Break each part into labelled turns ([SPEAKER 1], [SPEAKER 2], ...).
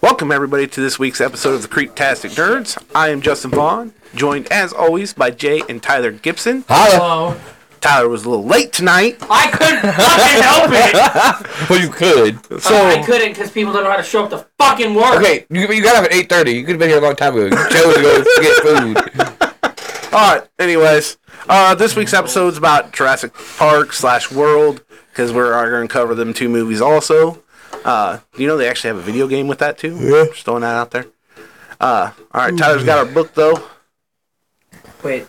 [SPEAKER 1] Welcome everybody to this week's episode of the Creeptastic Nerds. I am Justin Vaughn, joined as always by Jay and Tyler Gibson.
[SPEAKER 2] Oh.
[SPEAKER 3] Hello.
[SPEAKER 1] Tyler was a little late tonight,
[SPEAKER 2] I couldn't fucking help it.
[SPEAKER 3] Well, you could.
[SPEAKER 1] so
[SPEAKER 2] I couldn't because people don't know how to show up to fucking work.
[SPEAKER 3] Okay, you, you got up at eight thirty. You could have been here a long time ago. You chose to go get food.
[SPEAKER 1] all right. Anyways, uh, this week's episode's about Jurassic Park slash World because we are going to cover them two movies also. Uh, you know they actually have a video game with that too. Yeah. Just throwing that out there. Uh, all right, Tyler's got our book though.
[SPEAKER 2] Wait,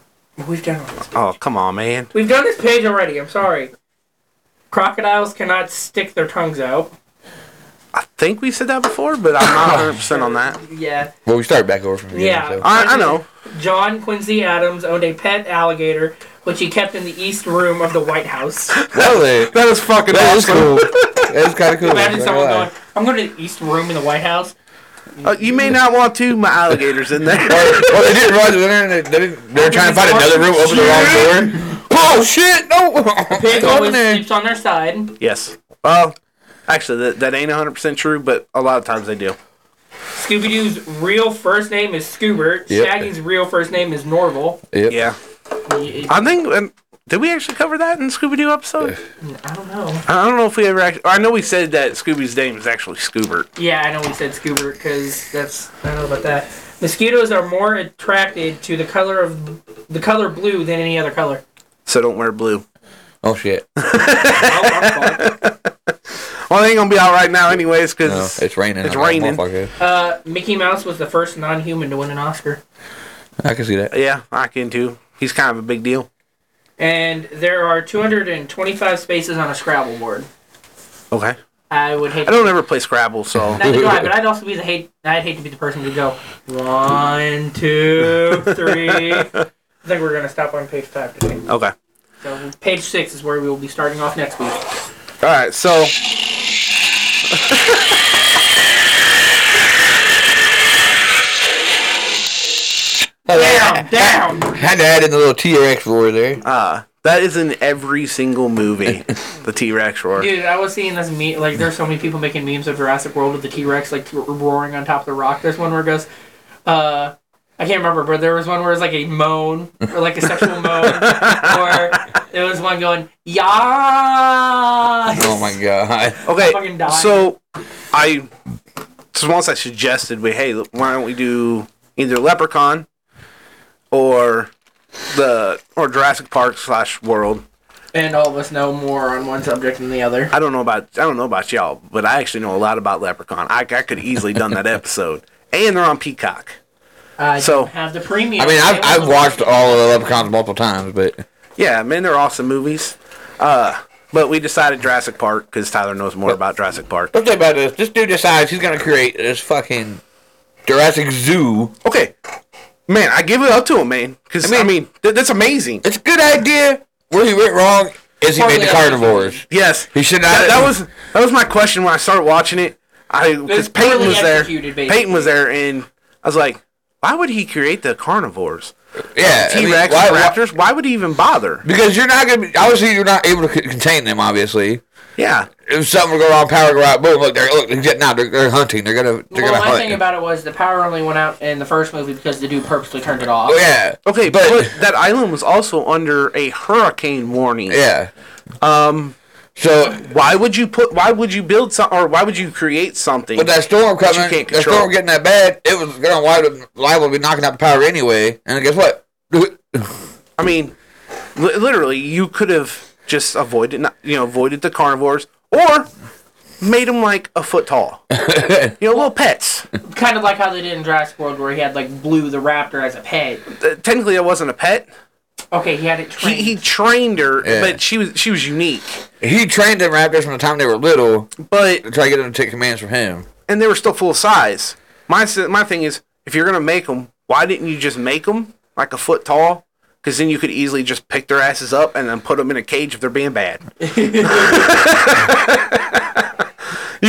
[SPEAKER 2] we've done all this.
[SPEAKER 1] Oh come on, man.
[SPEAKER 2] We've done this page already. I'm sorry. Crocodiles cannot stick their tongues out.
[SPEAKER 1] I think we said that before, but I'm not 100 percent on that.
[SPEAKER 2] Yeah.
[SPEAKER 3] Well, we started back over from the
[SPEAKER 2] Yeah.
[SPEAKER 3] beginning, so.
[SPEAKER 1] I, I know.
[SPEAKER 2] John Quincy Adams owned a pet alligator, which he kept in the east room of the White House.
[SPEAKER 3] That was it.
[SPEAKER 1] That is fucking
[SPEAKER 3] That was cool. That was kind of cool.
[SPEAKER 2] Imagine
[SPEAKER 3] not
[SPEAKER 2] someone
[SPEAKER 3] gonna
[SPEAKER 2] going,
[SPEAKER 3] lie.
[SPEAKER 2] "I'm going to the east room in the White House."
[SPEAKER 1] Uh, you may not want to. My alligator's in there.
[SPEAKER 3] Well, well, they didn't realize they, they, didn't, they were trying to find another room. Open the wrong door. Oh shit! No.
[SPEAKER 2] Pig
[SPEAKER 3] Open
[SPEAKER 2] always
[SPEAKER 3] there.
[SPEAKER 2] sleeps on their side.
[SPEAKER 1] yes. Well, actually, that, that ain't 100% true, but a lot of times they do.
[SPEAKER 2] Scooby Doo's real first name is Scoobert.
[SPEAKER 3] Yep.
[SPEAKER 2] Shaggy's real first name is Norval.
[SPEAKER 3] Yep.
[SPEAKER 1] Yeah.
[SPEAKER 2] Y- y-
[SPEAKER 1] I think. Um, did we actually cover that in Scooby Doo episode?
[SPEAKER 2] I don't know.
[SPEAKER 1] I don't know if we ever actually. I know we said that Scooby's name is actually Scoobert.
[SPEAKER 2] Yeah, I know we said scuba because that's I don't know about that. Mosquitoes are more attracted to the color of the color blue than any other color.
[SPEAKER 1] So don't wear blue.
[SPEAKER 3] Oh shit!
[SPEAKER 2] Oh, I'm fucked.
[SPEAKER 1] Well, they ain't gonna be out right now, anyways,
[SPEAKER 3] No,
[SPEAKER 1] because
[SPEAKER 3] it's raining.
[SPEAKER 1] It's
[SPEAKER 3] I'm like,
[SPEAKER 1] raining.
[SPEAKER 3] motherfucker.
[SPEAKER 2] uh, Mickey Mouse was the first non-human to win an Oscar,
[SPEAKER 3] I can see that.
[SPEAKER 1] yeah, I can too. He's kind of a big deal.
[SPEAKER 2] and there are 225 spaces on a Scrabble board.
[SPEAKER 1] Okay.
[SPEAKER 2] I would hate.
[SPEAKER 1] I don't ever play Scrabble, so
[SPEAKER 2] Not to do I, but I'd also be the hate. I'd hate to be the person to go one, two, three. I think we're gonna stop on page five today.
[SPEAKER 1] okay.
[SPEAKER 2] So page six is where we will be starting off next week.
[SPEAKER 1] All right, so.
[SPEAKER 2] Down, down.
[SPEAKER 3] Had to add in a little T-Rex roar there.
[SPEAKER 1] Uh, that is in every single movie. the T Rex roar.
[SPEAKER 2] Dude, I was seeing this meme. Like, there's so many people making memes of Jurassic World with the T Rex like ro- roaring on top of the rock. There's one where it goes, uh, I can't remember, but there was one where it was like a moan or like a sexual moan, or there was one going, "Yeah."
[SPEAKER 3] Oh my god.
[SPEAKER 1] Okay,
[SPEAKER 2] Fucking die.
[SPEAKER 1] so I so once I suggested, we hey, look, why don't we do either Leprechaun or the or Jurassic Park slash World?
[SPEAKER 2] And all of us know more on one subject than the other.
[SPEAKER 1] I don't know about I don't know about y'all, but I actually know a lot about Leprechaun. I, I could easily done that episode, and they're on Peacock.
[SPEAKER 2] I
[SPEAKER 1] So-
[SPEAKER 2] don't have the premium.
[SPEAKER 3] I mean, I've, I've watched all of the Leprechauns multiple times, but
[SPEAKER 1] Yeah, man, they're awesome movies. Uh, but we decided Jurassic Park because Tyler knows more about Jurassic Park.
[SPEAKER 3] Let's think about this. This dude decides he's gonna create this fucking Jurassic Zoo.
[SPEAKER 1] Okay, man, I give it up to him, man. Because I mean,
[SPEAKER 3] mean-
[SPEAKER 1] th- that's amazing.
[SPEAKER 3] It's a good idea. Where he went wrong is he made
[SPEAKER 2] Partly
[SPEAKER 3] the
[SPEAKER 2] I-
[SPEAKER 3] carnivores.
[SPEAKER 1] Yes,
[SPEAKER 3] He should not.
[SPEAKER 1] that, that was that was my question when I started watching it. I because
[SPEAKER 2] was
[SPEAKER 1] Peyton
[SPEAKER 2] poorly
[SPEAKER 1] was there.
[SPEAKER 2] executed, basically.
[SPEAKER 1] Peyton was there, and I was like, why would he create the carnivores,
[SPEAKER 3] yeah. I mean,
[SPEAKER 1] T Rex,
[SPEAKER 3] why- why-
[SPEAKER 1] Raptors? Why would he even bother?
[SPEAKER 3] because you're not gonna. Be, obviously, you're not able to c- contain them. Obviously,
[SPEAKER 1] Yeah,
[SPEAKER 3] if something would go wrong, power go out. Boom! Look, they're look. They're, now they're, they're hunting. They're gonna. They're
[SPEAKER 2] Well,
[SPEAKER 3] gonna
[SPEAKER 2] my
[SPEAKER 3] hunt.
[SPEAKER 2] thing about it was the power only went out in the first movie because the dude purposely turned it off.
[SPEAKER 3] oh, yeah.
[SPEAKER 1] okay, but,
[SPEAKER 3] But-
[SPEAKER 1] that island was also under a hurricane warning.
[SPEAKER 3] Yeah. Um. So
[SPEAKER 1] Why would you put? Why would you build some? Or why would you create something?
[SPEAKER 3] With that storm
[SPEAKER 1] But you
[SPEAKER 3] coming,
[SPEAKER 1] can't
[SPEAKER 3] that
[SPEAKER 1] control.
[SPEAKER 3] storm getting that bad, it was gonna liable, liable to be knocking out the power anyway. And guess what?
[SPEAKER 1] I mean, li- literally, you could have just avoided, not, you know, avoided the carnivores, or made them like a foot tall. you know, little pets. Uh,
[SPEAKER 2] Kind of like how they did in Jurassic World, where he had like Blue the raptor as a pet.
[SPEAKER 1] Uh, technically, that wasn't a pet.
[SPEAKER 2] Okay, he had it
[SPEAKER 1] He,
[SPEAKER 2] trained.
[SPEAKER 1] he trained her,
[SPEAKER 3] Yeah.
[SPEAKER 1] but she was she was unique.
[SPEAKER 3] He trained them raptors from the time they were little
[SPEAKER 1] But
[SPEAKER 3] to try to get them to take commands from him.
[SPEAKER 1] and they were still full size. My s- my thing is, if you're gonna make them, why didn't you just make them like a foot tall? Because then you could easily just pick their asses up and then put them in a cage if they're being bad. you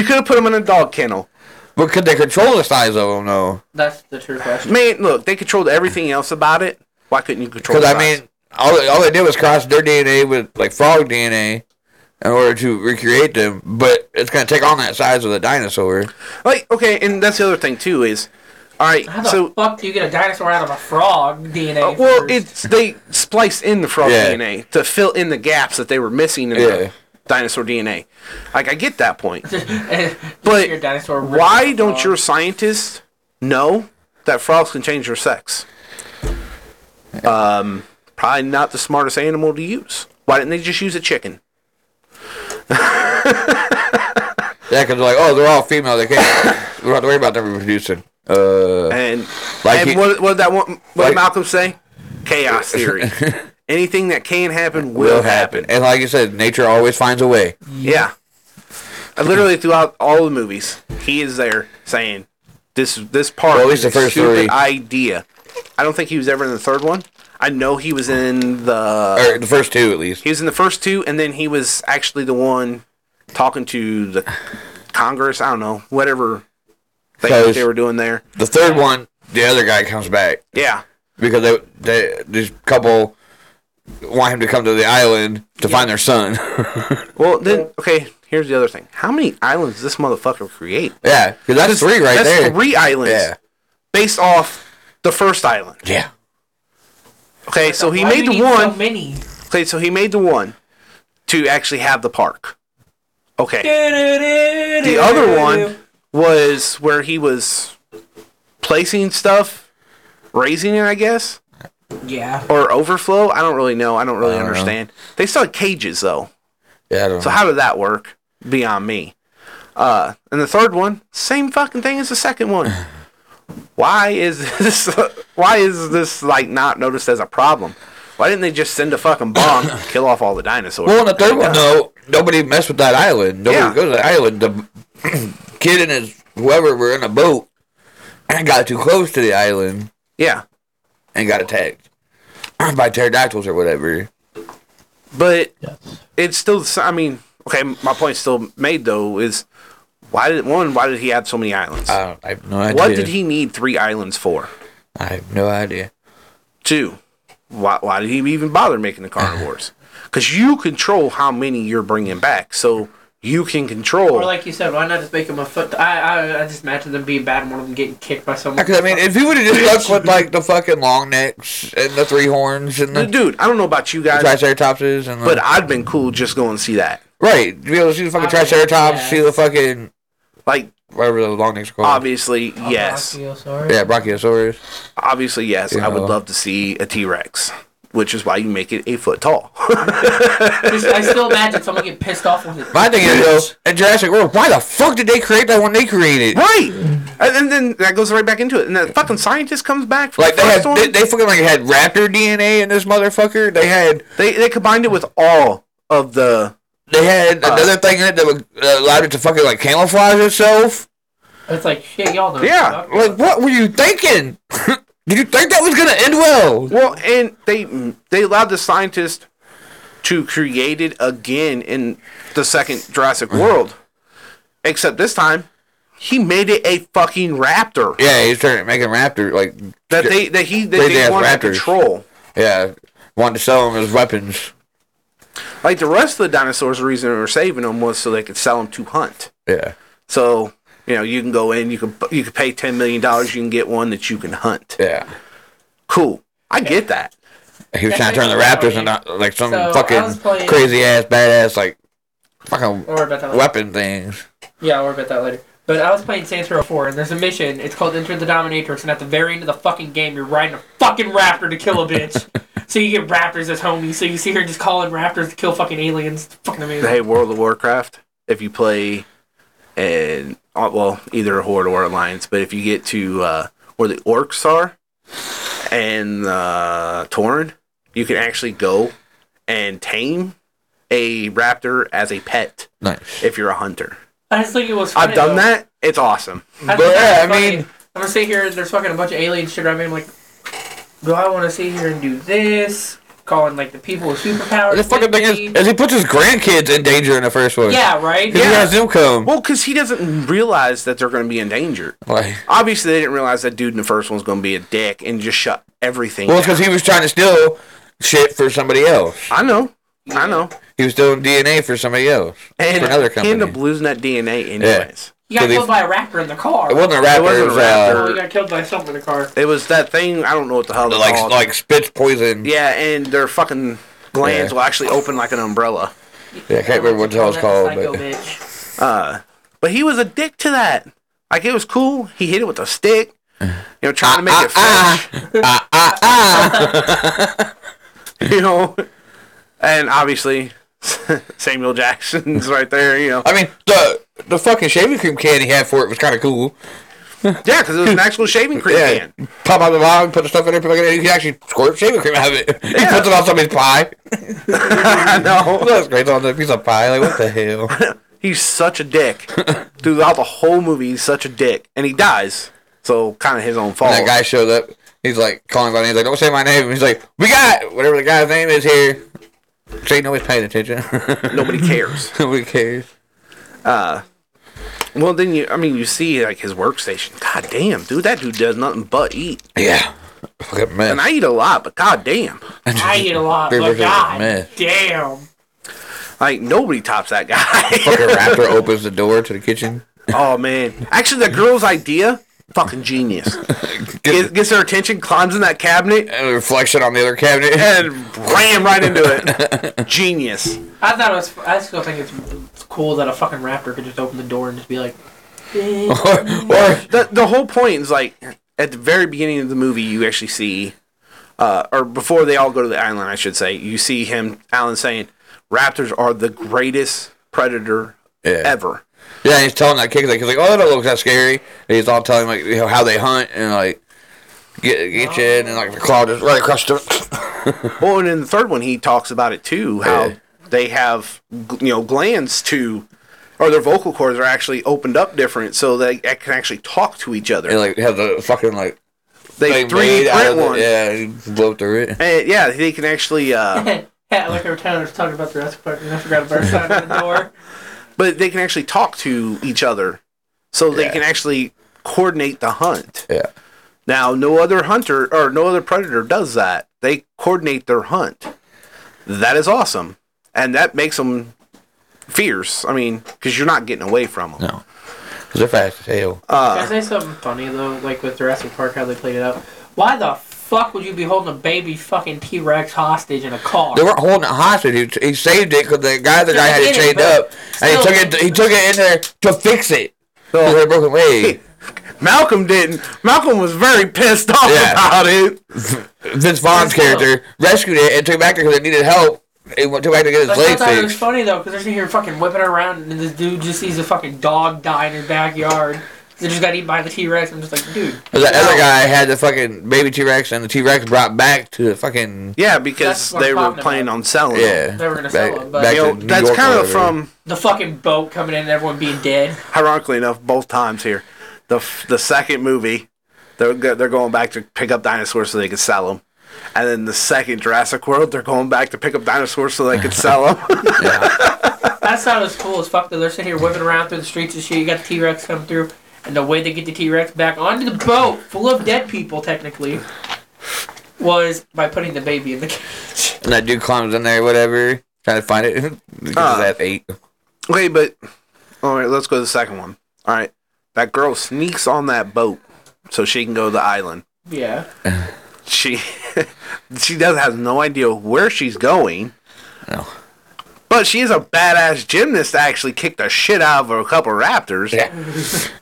[SPEAKER 1] could have put them in a dog kennel.
[SPEAKER 3] But could they control the size of them though?
[SPEAKER 2] That's the true question.
[SPEAKER 1] Man, look, they controlled everything else about it. Why couldn't you control?
[SPEAKER 3] Because I
[SPEAKER 1] the size?
[SPEAKER 3] mean, all all they did was cross their DNA with like frog DNA, in order to recreate them, but it's gonna take on that size of the dinosaur.
[SPEAKER 1] Like, okay, and that's the other thing too is, all right,
[SPEAKER 2] How the
[SPEAKER 1] so
[SPEAKER 2] fuck do you get a dinosaur out of a frog DNA?
[SPEAKER 1] uh, well,
[SPEAKER 2] first?
[SPEAKER 1] it's they spliced in the frog
[SPEAKER 3] Yeah.
[SPEAKER 1] DNA to fill in the gaps that they were missing in
[SPEAKER 3] Yeah.
[SPEAKER 1] the dinosaur DNA. Like, I get that point,
[SPEAKER 2] Just your dinosaur ripped out
[SPEAKER 1] why
[SPEAKER 2] a
[SPEAKER 1] don't
[SPEAKER 2] frog.
[SPEAKER 1] your scientists know that frogs can change their sex? Um, probably not the smartest animal to use. Why didn't they just use a chicken?
[SPEAKER 3] Yeah, because like, oh, they're all female. They can't. we don't have to worry about them reproducing. Uh,
[SPEAKER 1] And,
[SPEAKER 3] Like
[SPEAKER 1] and
[SPEAKER 3] he-
[SPEAKER 1] what, what did that one, what
[SPEAKER 3] like-
[SPEAKER 1] did Malcolm say? Chaos theory. Anything that can happen will,
[SPEAKER 3] will
[SPEAKER 1] happen.
[SPEAKER 3] happen. And like you said, nature always finds a way.
[SPEAKER 1] Yeah. Uh, Literally throughout all the movies, he is there saying this this part
[SPEAKER 3] Well, at
[SPEAKER 1] is
[SPEAKER 3] least
[SPEAKER 1] a
[SPEAKER 3] the first
[SPEAKER 1] stupid
[SPEAKER 3] three.
[SPEAKER 1] idea. I don't think he was ever in the third one. I know he was in the
[SPEAKER 3] Or the first two, at least.
[SPEAKER 1] He was in the first two, and then he was actually the one talking to the Congress. I don't know, whatever thing that
[SPEAKER 3] Cause-
[SPEAKER 1] they were doing there.
[SPEAKER 3] The third one, the other guy comes back
[SPEAKER 1] Yeah,
[SPEAKER 3] because they, they this couple want him to come to the island to find their son.
[SPEAKER 1] Well, then okay. Here's the other thing. How many islands does this motherfucker create?
[SPEAKER 3] yeah, because that's three right
[SPEAKER 1] That's
[SPEAKER 3] there.
[SPEAKER 1] three islands
[SPEAKER 3] Yeah,
[SPEAKER 1] based off the first island.
[SPEAKER 3] yeah.
[SPEAKER 1] Okay, so he
[SPEAKER 2] Why do
[SPEAKER 1] made
[SPEAKER 2] you
[SPEAKER 1] the
[SPEAKER 2] need so
[SPEAKER 1] one.
[SPEAKER 2] many.
[SPEAKER 1] Okay, so he made the one to actually have the park. Okay, the
[SPEAKER 2] The
[SPEAKER 1] other one was where he was placing stuff, raising it, I guess.
[SPEAKER 2] Yeah.
[SPEAKER 1] or overflow. I don't really know. I don't really
[SPEAKER 3] don't know.
[SPEAKER 1] understand. They still had cages though.
[SPEAKER 3] Yeah, I don't
[SPEAKER 1] So
[SPEAKER 3] know.
[SPEAKER 1] how did that work? Beyond me. Uh, and the third one, same fucking thing as the second one. Why is this? Why is this like not noticed as a problem? Why didn't they just send a fucking bomb, kill off all the dinosaurs?
[SPEAKER 3] Well, in the third one, though, nobody messed with that island. Nobody
[SPEAKER 1] Yeah.
[SPEAKER 3] goes to the island. The kid and his whoever were in a boat and got too close to the island
[SPEAKER 1] Yeah,
[SPEAKER 3] and got attacked by pterodactyls or whatever.
[SPEAKER 1] but it's still. the s- I mean, okay, my point still made though is why did one? Why did he have so many islands?
[SPEAKER 3] I, don't, I have no idea.
[SPEAKER 1] what did he need three islands for?
[SPEAKER 3] I have no idea.
[SPEAKER 1] Two, why, why did he even bother making the carnivores? Because you control how many you're bringing back, so you can control.
[SPEAKER 2] Or like you said, why not just make them a foot? I, I I just imagine them being bad and one of them getting kicked by someone.
[SPEAKER 3] Because I mean, if he would have just stuck with like the fucking long necks and the three horns and the
[SPEAKER 1] Dude, I don't know about you guys,
[SPEAKER 3] triceratopses and the,
[SPEAKER 1] but I'd been cool just going to see that.
[SPEAKER 3] right, to be able to see the fucking
[SPEAKER 2] Obvious,
[SPEAKER 3] triceratops,
[SPEAKER 2] yes.
[SPEAKER 3] see the fucking
[SPEAKER 1] Like,
[SPEAKER 3] whatever the long necks are called.
[SPEAKER 1] obviously,
[SPEAKER 2] Oh,
[SPEAKER 1] yes.
[SPEAKER 2] Sorry.
[SPEAKER 3] Yeah, brachiosaurus.
[SPEAKER 1] Obviously, yes. I would
[SPEAKER 3] Yeah.
[SPEAKER 1] love to see a T Rex, which is why you make it eight foot tall.
[SPEAKER 2] I still imagine someone get pissed off with it.
[SPEAKER 3] My thing is though, in Jurassic World, why the fuck did they create that when they created?
[SPEAKER 1] right! And, and then that goes right back into it. And that fucking scientist comes back from
[SPEAKER 3] Like
[SPEAKER 1] the
[SPEAKER 3] they had,
[SPEAKER 1] first one.
[SPEAKER 3] they, they fucking like had raptor DNA in this motherfucker. They had,
[SPEAKER 1] they, they combined it with all of the.
[SPEAKER 3] they had another thing in it that would, uh, allowed it to fucking like camouflage itself.
[SPEAKER 2] It's like shit, y'all know.
[SPEAKER 1] Yeah.
[SPEAKER 3] Like, what were you thinking? did you think that was gonna end well?
[SPEAKER 1] Well, and they they allowed the scientist to create it again in the second Jurassic
[SPEAKER 3] Mm-hmm.
[SPEAKER 1] World, except this time he made it a fucking raptor
[SPEAKER 3] Yeah, he's trying to make a raptor like
[SPEAKER 1] that they that he that
[SPEAKER 3] Crazy
[SPEAKER 1] they
[SPEAKER 3] ass
[SPEAKER 1] wanted to
[SPEAKER 3] raptors.
[SPEAKER 1] control.
[SPEAKER 3] yeah, wanted to sell him as weapons.
[SPEAKER 1] Like the rest of the dinosaurs, the reason they were saving them was so they could sell them to hunt.
[SPEAKER 3] Yeah,
[SPEAKER 1] So you know you can go in, you can you can pay ten million dollars, you can get one that you can hunt.
[SPEAKER 3] yeah.
[SPEAKER 1] Cool, I get that.
[SPEAKER 3] He was trying to turn the raptors into like some
[SPEAKER 2] So, I was
[SPEAKER 3] fucking
[SPEAKER 2] playing-
[SPEAKER 3] crazy ass badass like fucking
[SPEAKER 2] Don't worry about that. Later.
[SPEAKER 3] weapon things.
[SPEAKER 2] Yeah, I'll worry about that later. But I was playing Saints Row 4, and there's a mission. It's called Enter the Dominatrix, and at the very end of the fucking game, you're riding a fucking raptor to kill a bitch. so you get raptors as homies. So you see her just calling raptors to kill fucking aliens. It's fucking amazing.
[SPEAKER 1] Hey, World of Warcraft, if you play and uh, well, either Horde or Alliance, but if you get to uh, where the orcs are and uh, Torn, you can actually go and tame a raptor as a pet
[SPEAKER 3] Nice.
[SPEAKER 1] if you're a hunter.
[SPEAKER 2] I just think it was. Funny,
[SPEAKER 1] I've done
[SPEAKER 2] though.
[SPEAKER 1] that. It's awesome.
[SPEAKER 2] I
[SPEAKER 3] But,
[SPEAKER 2] think
[SPEAKER 3] yeah,
[SPEAKER 2] that's
[SPEAKER 3] I
[SPEAKER 2] funny.
[SPEAKER 3] mean-
[SPEAKER 2] I'm gonna sit here and there's fucking a bunch of alien shit around me. I'm like, do I want to sit here and do this? Calling like the people with superpowers.
[SPEAKER 3] The fucking thing is,
[SPEAKER 2] lazy.
[SPEAKER 3] is he puts his grandkids in danger in the first one.
[SPEAKER 2] yeah, right.
[SPEAKER 3] Because he has them come.
[SPEAKER 1] Well, because he doesn't realize that they're going to be in danger.
[SPEAKER 3] Like,
[SPEAKER 1] Obviously, they didn't realize that dude in the first one was going to be a dick and just shut everything
[SPEAKER 3] well,
[SPEAKER 1] down.
[SPEAKER 3] because he was trying to steal shit for somebody else.
[SPEAKER 1] I know. I know.
[SPEAKER 3] He was doing DNA for somebody else.
[SPEAKER 1] And
[SPEAKER 3] for another
[SPEAKER 1] kind
[SPEAKER 3] company.
[SPEAKER 1] of blues nut DNA, anyways.
[SPEAKER 2] You got
[SPEAKER 3] So they-
[SPEAKER 2] killed by a raptor in the car.
[SPEAKER 3] it wasn't a rapper, it,
[SPEAKER 1] wasn't a
[SPEAKER 3] was
[SPEAKER 1] rapper.
[SPEAKER 3] uh,
[SPEAKER 2] Oh, you got killed by something in the car.
[SPEAKER 1] It was that thing. I don't know what the hell. it's
[SPEAKER 3] like
[SPEAKER 1] called.
[SPEAKER 3] like spits poison.
[SPEAKER 1] yeah, and their fucking glands
[SPEAKER 3] Yeah.
[SPEAKER 1] will actually open like an umbrella.
[SPEAKER 3] Yeah, I can't remember what the hell it's called,
[SPEAKER 2] Psycho
[SPEAKER 3] but-
[SPEAKER 2] bitch.
[SPEAKER 1] But he was a dick to that. Like it was cool. He hit it with a stick. You know, trying to make
[SPEAKER 3] Ah,
[SPEAKER 1] it
[SPEAKER 3] ah,
[SPEAKER 1] fresh.
[SPEAKER 3] ah, ah, ah.
[SPEAKER 1] You know, and obviously Samuel Jackson's right there. You know,
[SPEAKER 3] I mean, the the fucking shaving cream can he had for it was kind of cool.
[SPEAKER 1] yeah, because it was an actual shaving cream
[SPEAKER 3] Yeah,
[SPEAKER 1] can.
[SPEAKER 3] pop out the bottom, put the stuff in there, put it in there. You can actually squirt shaving cream out of it. He puts it on somebody's pie.
[SPEAKER 1] I know.
[SPEAKER 3] That's great on a piece of pie. Like what the hell?
[SPEAKER 1] He's such a dick throughout the whole movie. He's such a dick, and he dies. So kind of his own fault.
[SPEAKER 3] And that guy shows up. He's like calling by name. He's like, "Don't say my name." He's like, "We got whatever the guy's name is here." So ain't nobody's paying attention.
[SPEAKER 1] Nobody cares.
[SPEAKER 3] Nobody cares.
[SPEAKER 1] Well, then you. I mean, you see like his workstation. God damn, dude, that dude does nothing but eat.
[SPEAKER 3] Yeah. Fucking mess.
[SPEAKER 1] And I eat a lot, but god damn,
[SPEAKER 2] I eat a lot,
[SPEAKER 3] They
[SPEAKER 2] but
[SPEAKER 3] look like a
[SPEAKER 2] god
[SPEAKER 3] mess.
[SPEAKER 2] damn.
[SPEAKER 1] like nobody tops that guy.
[SPEAKER 3] fucking raptor opens the door to the kitchen.
[SPEAKER 1] oh man, actually, that girl's idea, fucking genius.
[SPEAKER 3] Gets
[SPEAKER 1] Gets, gets her attention, climbs in that cabinet,
[SPEAKER 3] a reflection on the other cabinet.
[SPEAKER 1] and ram right into it. Genius.
[SPEAKER 2] I thought it was. I still think it's, it's cool that a fucking raptor could just open the door and just be like, "Eh."
[SPEAKER 3] or, or
[SPEAKER 1] the the whole point is like at the very beginning of the movie you actually see uh, or before they all go to the island I should say you see him Alan saying raptors are the greatest predator
[SPEAKER 3] Yeah.
[SPEAKER 1] ever
[SPEAKER 3] yeah, he's telling that kid like he's like, "Oh, that don't look that scary." And he's all telling like you know, how they hunt and like get get you in and like the claw just right across the.
[SPEAKER 1] well and in the third one he talks about it too how
[SPEAKER 3] Yeah.
[SPEAKER 1] they have gl- you know glands to or their vocal cords are actually opened up different so they ac- can actually talk to each other
[SPEAKER 3] and like have the fucking like
[SPEAKER 1] they
[SPEAKER 3] thing
[SPEAKER 1] 3D
[SPEAKER 3] made out of
[SPEAKER 1] print
[SPEAKER 3] the-
[SPEAKER 1] one
[SPEAKER 3] Yeah, and blow through it.
[SPEAKER 1] And, yeah they can actually uh,
[SPEAKER 2] yeah, like every time I was talking about the Jurassic Park and I forgot about our side of the door.
[SPEAKER 1] but they can actually talk to each other so they
[SPEAKER 3] Yeah.
[SPEAKER 1] can actually coordinate the hunt
[SPEAKER 3] Yeah.
[SPEAKER 1] now no other hunter or no other predator does that they coordinate their hunt that is awesome and that makes them fierce i mean because you're not getting away from them
[SPEAKER 3] No. Cause they're fast as hell.
[SPEAKER 1] Uh,
[SPEAKER 2] Can I say something funny though? Like with Jurassic Park, how they played it out. Why the fuck would you be holding a baby fucking T Rex hostage in a car?
[SPEAKER 3] They weren't holding it hostage. He, he saved it because the guy, the guy had
[SPEAKER 2] I
[SPEAKER 3] it
[SPEAKER 2] get it,
[SPEAKER 3] chained
[SPEAKER 2] but
[SPEAKER 3] up, and he
[SPEAKER 2] still-
[SPEAKER 3] took it. He took it in there to fix it. So they broke away.
[SPEAKER 1] malcolm didn't malcolm was very pissed off
[SPEAKER 3] Yeah.
[SPEAKER 1] about it
[SPEAKER 3] Vince Vaughn's character rescued it and took it back there because it needed help. He went took it back to get his
[SPEAKER 2] Like, I
[SPEAKER 3] leg
[SPEAKER 2] thought it was
[SPEAKER 3] fixed.
[SPEAKER 2] funny though, because they're here fucking whipping around, and this dude just sees a fucking dog die in his backyard. They just got eaten by the T Rex. I'm just like, dude,
[SPEAKER 3] But that other guy had the fucking baby T Rex, and the T Rex brought back to the fucking
[SPEAKER 1] yeah because
[SPEAKER 2] That's what I'm
[SPEAKER 1] they were
[SPEAKER 2] talking
[SPEAKER 1] planning
[SPEAKER 2] about.
[SPEAKER 1] on selling them.
[SPEAKER 3] yeah.
[SPEAKER 2] they were gonna
[SPEAKER 3] back,
[SPEAKER 2] sell him, but
[SPEAKER 3] back
[SPEAKER 1] You know,
[SPEAKER 3] to New
[SPEAKER 1] that's
[SPEAKER 3] York or
[SPEAKER 1] kind of
[SPEAKER 3] whatever.
[SPEAKER 1] from
[SPEAKER 2] the fucking boat coming in and everyone being dead.
[SPEAKER 1] ironically enough, both times here, the f- the second movie, they're go- they're going back to pick up dinosaurs so they could sell them, and then the second Jurassic World, they're going back to pick up dinosaurs so they could sell them.
[SPEAKER 2] That sounded as cool as fuck though. They're sitting here whipping around through the streets and shit. You got the T Rex come through, and the way they get the T Rex back onto the boat, full of dead people technically, was by putting the baby in the cage.
[SPEAKER 3] and that dude climbs in there, whatever, trying to find it.
[SPEAKER 1] Uh.
[SPEAKER 3] Because that eight.
[SPEAKER 1] okay, but all right, let's go to the second one. All right, that girl sneaks on that boat so she can go to the island.
[SPEAKER 2] Yeah.
[SPEAKER 1] She she does has no idea where she's going.
[SPEAKER 3] No.
[SPEAKER 1] But she is a badass gymnast to actually kick the shit out of a couple raptors.
[SPEAKER 3] Yeah,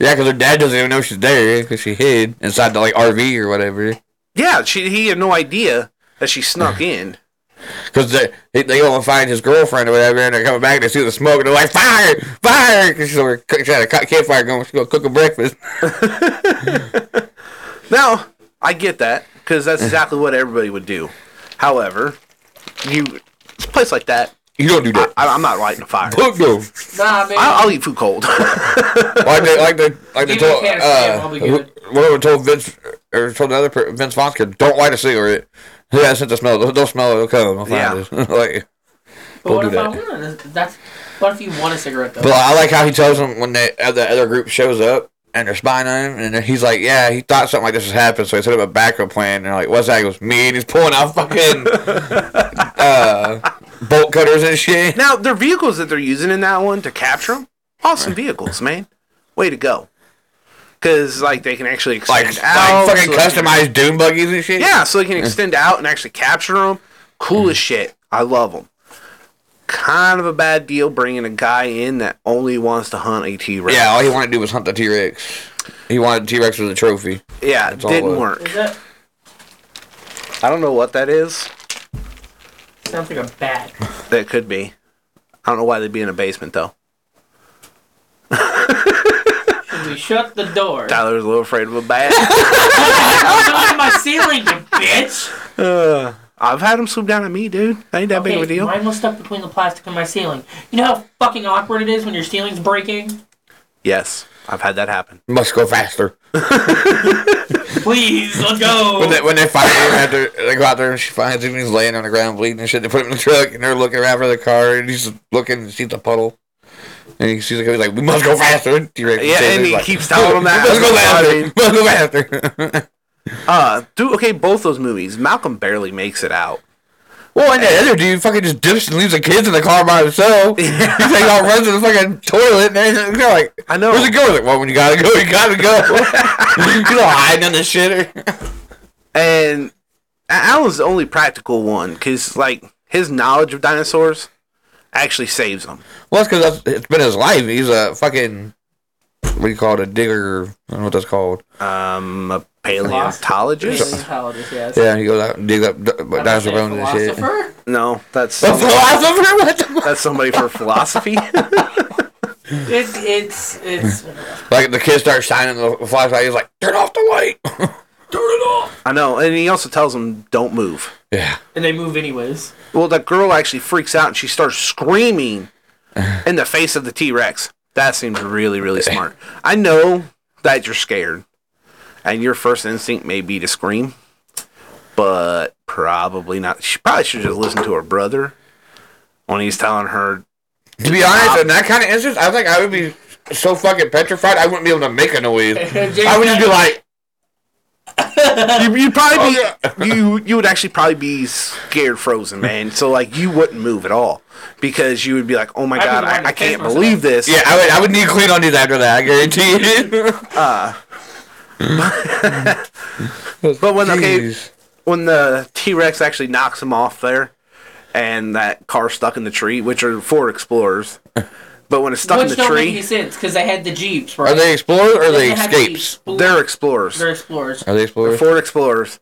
[SPEAKER 3] yeah, because her dad doesn't even know she's there because she hid inside the like RV or whatever.
[SPEAKER 1] Yeah, she he had no idea that she snuck in.
[SPEAKER 3] Because they, they they go and find his girlfriend or whatever, and they're coming back and they see the smoke, and they're like, fire, fire! Because she's over cook, trying to cut campfire going, she's going to cook a breakfast.
[SPEAKER 1] Now, I get that because that's exactly what everybody would do. However, you a place like that,
[SPEAKER 3] You don't do that.
[SPEAKER 1] I, I'm not lighting a fire.
[SPEAKER 3] Cook them.
[SPEAKER 2] Nah, man.
[SPEAKER 1] I'll, I'll eat food cold.
[SPEAKER 3] Like they, like they, like they
[SPEAKER 2] Give me a
[SPEAKER 3] told,
[SPEAKER 2] can of Sam,
[SPEAKER 3] uh,
[SPEAKER 2] I'll be good.
[SPEAKER 3] wh- whatever told Vince, or told another per- Vince Von's kid, don't light a cigarette. Yeah, sense the smell. Don't, don't smell it. It'll come. I'll
[SPEAKER 1] Yeah.
[SPEAKER 3] find it. like,
[SPEAKER 2] but what
[SPEAKER 3] do
[SPEAKER 2] if I want? That's what if you want a cigarette though?
[SPEAKER 3] But I like how he tells them when they, uh, the other group shows up and they're spying on him, and he's like, "Yeah, he thought something like this has happened, so he set up a backup plan." And they're like, "What's that?" He goes, "Me," and he's pulling out fucking uh, bolt cutters and shit.
[SPEAKER 1] Now, their vehicles that they're using in that one to capture them, awesome vehicles, man. Way to go. Because, like, they can actually
[SPEAKER 3] Like,
[SPEAKER 1] extend
[SPEAKER 3] like
[SPEAKER 1] out.
[SPEAKER 3] fucking
[SPEAKER 1] so they can-
[SPEAKER 3] customized dune buggies and shit.
[SPEAKER 1] yeah, so they can extend out and actually capture them. Cool as shit. I love them. Kind of a bad deal bringing a guy in that only wants to hunt a T Rex.
[SPEAKER 3] Yeah, all he wanted to do was hunt the T Rex. He wanted T Rex as a trophy.
[SPEAKER 1] yeah,
[SPEAKER 3] all
[SPEAKER 1] didn't
[SPEAKER 3] it-
[SPEAKER 1] work.
[SPEAKER 2] Is that
[SPEAKER 1] I don't know what that is.
[SPEAKER 2] sounds like a bat?
[SPEAKER 1] That could be. I don't know why they'd be in a basement though.
[SPEAKER 2] Should we shut the door? I'm
[SPEAKER 1] Tyler's a little afraid of a bat.
[SPEAKER 2] going to my ceiling, you bitch.
[SPEAKER 1] Uh, I've had him swoop down at me, dude. That ain't that big of a
[SPEAKER 2] Okay,
[SPEAKER 1] deal.
[SPEAKER 2] Mine was stuck between the plastic and my ceiling. You know how fucking awkward it is when your ceiling's breaking?
[SPEAKER 1] Yes, I've had that happen.
[SPEAKER 3] Must go faster.
[SPEAKER 2] Please, let's go.
[SPEAKER 3] When they, when they find him after they go out there and she finds him, he's laying on the ground bleeding and shit. They put him in the truck and they're looking around for the car and he's looking and sees the puddle. And he sees the car, he's like, "We must go faster." T Rex.
[SPEAKER 1] Yeah, and he keeps telling him that.
[SPEAKER 3] Let's go
[SPEAKER 1] I mean-
[SPEAKER 3] faster. Let's go faster.
[SPEAKER 1] Uh, dude, okay, both those movies. Malcolm barely makes it out.
[SPEAKER 3] Well, and that other dude fucking just dips and leaves the kids in the car by himself. he takes all runs to the fucking toilet and everything. They're like,
[SPEAKER 1] I know.
[SPEAKER 3] Where's it going? Like, well, when you gotta go, you gotta go. you don't hide in the shitter.
[SPEAKER 1] And A- Alan's the only practical one because, like, his knowledge of dinosaurs actually saves him.
[SPEAKER 3] Well, that's because it's been his life. He's a fucking, what do you call it, a digger. I don't know what that's called.
[SPEAKER 1] Um, a paleontologist?
[SPEAKER 2] Paleontologist, yes.
[SPEAKER 3] Yeah, he goes out and digs up d- dinosaur bones and shit. A
[SPEAKER 2] Philosopher?
[SPEAKER 1] No, that's
[SPEAKER 3] philosopher? What the fuck?
[SPEAKER 1] that's somebody for philosophy.
[SPEAKER 2] It's, it's, it's.
[SPEAKER 3] Like, the kid starts shining the flashlight. He's like, turn off the light.
[SPEAKER 2] Turn it off!
[SPEAKER 1] I know, and he also tells him don't move.
[SPEAKER 3] yeah.
[SPEAKER 2] And they move anyways.
[SPEAKER 1] Well, that girl actually freaks out and she starts screaming in the face of the T Rex. That seems really, really smart. I know that you're scared, and your first instinct may be to scream, but probably not. She probably should just listen to her brother when he's telling her.
[SPEAKER 3] To be honest, in that kind of instance, I think I would be so fucking petrified I wouldn't be able to make a noise. I would just be like,
[SPEAKER 1] You, you'd probably be,
[SPEAKER 3] Oh,
[SPEAKER 1] you you would actually probably be scared frozen, man. So like you wouldn't move at all because you would be like, oh my
[SPEAKER 2] I'd be
[SPEAKER 1] god,
[SPEAKER 2] the one
[SPEAKER 1] I,
[SPEAKER 2] to
[SPEAKER 1] I
[SPEAKER 2] face
[SPEAKER 1] can't
[SPEAKER 2] myself.
[SPEAKER 1] believe this.
[SPEAKER 3] yeah, I would, I would need Kleenex after that. I guarantee you.
[SPEAKER 1] But when okay,
[SPEAKER 3] Jeez.
[SPEAKER 1] when the T Rex actually knocks him off there, and that car stuck in the tree, which are four explorers, but when it's stuck
[SPEAKER 2] Which
[SPEAKER 1] in the
[SPEAKER 2] don't make any
[SPEAKER 1] tree,
[SPEAKER 2] sense because they had the jeeps, right?
[SPEAKER 3] are they explorers or are they
[SPEAKER 2] had the
[SPEAKER 3] escapes?
[SPEAKER 2] Jeeps.
[SPEAKER 1] they're explorers.
[SPEAKER 2] They're explorers.
[SPEAKER 3] Are they explorers?
[SPEAKER 1] four explorers.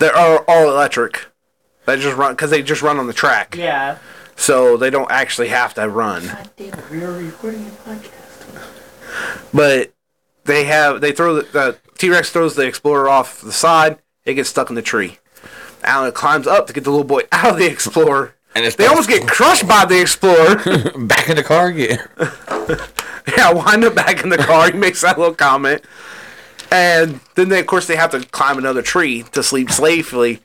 [SPEAKER 1] They are all electric. They just run because they just run on the track,
[SPEAKER 2] Yeah.
[SPEAKER 1] so they don't actually have to run.
[SPEAKER 2] God damn it, we are recording a podcast.
[SPEAKER 1] But they have they throw the, the T Rex throws the explorer off the side. It gets stuck in the tree. Alan climbs up to get the little boy out of the explorer.
[SPEAKER 3] And it's
[SPEAKER 1] They almost get crushed by the explorer.
[SPEAKER 3] back in the car again.
[SPEAKER 1] Yeah, wind up back in the car. He makes that little comment. And then, they, of course, they have to climb another tree to sleep safely.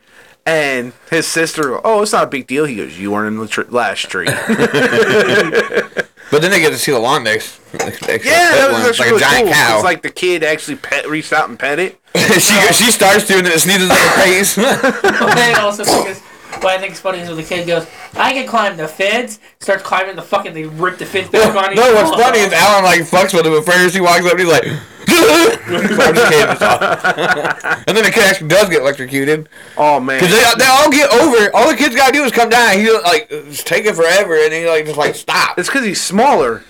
[SPEAKER 1] And his sister, oh, it's not a big deal. He goes, you weren't in the tr- last tree.
[SPEAKER 3] But then they get to see the lawn next. next yeah,
[SPEAKER 1] yeah, that was
[SPEAKER 3] It's
[SPEAKER 1] actually
[SPEAKER 3] like a
[SPEAKER 1] really
[SPEAKER 3] giant
[SPEAKER 1] cool.
[SPEAKER 3] cow.
[SPEAKER 1] It's like the kid actually pet, reached out and pet it.
[SPEAKER 3] she, she starts doing it and sneezes in her face.
[SPEAKER 2] and also because what I think is funny is when the kid goes, I can climb the fence, starts climbing the fucking, they rip the fence back on him.
[SPEAKER 3] no, what's funny is Alan like fucks with him at first. He walks up and he's like, I'm just kidding, it's off. and then the kid actually does get electrocuted.
[SPEAKER 1] Oh, man.
[SPEAKER 3] 'Cause They, they all get over. it. All the kid's gotta do is come down. He like it's taking forever, and he like just like stop.
[SPEAKER 1] It's because he's smaller.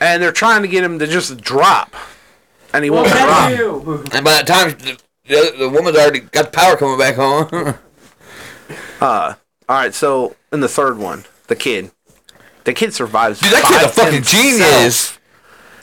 [SPEAKER 1] and they're trying to get him to just drop. And he
[SPEAKER 2] Well,
[SPEAKER 1] won't drop.
[SPEAKER 2] that's you.
[SPEAKER 3] And by that time, the, the, other- the woman's already got the power coming back on.
[SPEAKER 1] All right, so in the third one, the kid. The kid survives.
[SPEAKER 3] Dude, that kid's a
[SPEAKER 1] by
[SPEAKER 3] fucking
[SPEAKER 1] himself.
[SPEAKER 3] genius.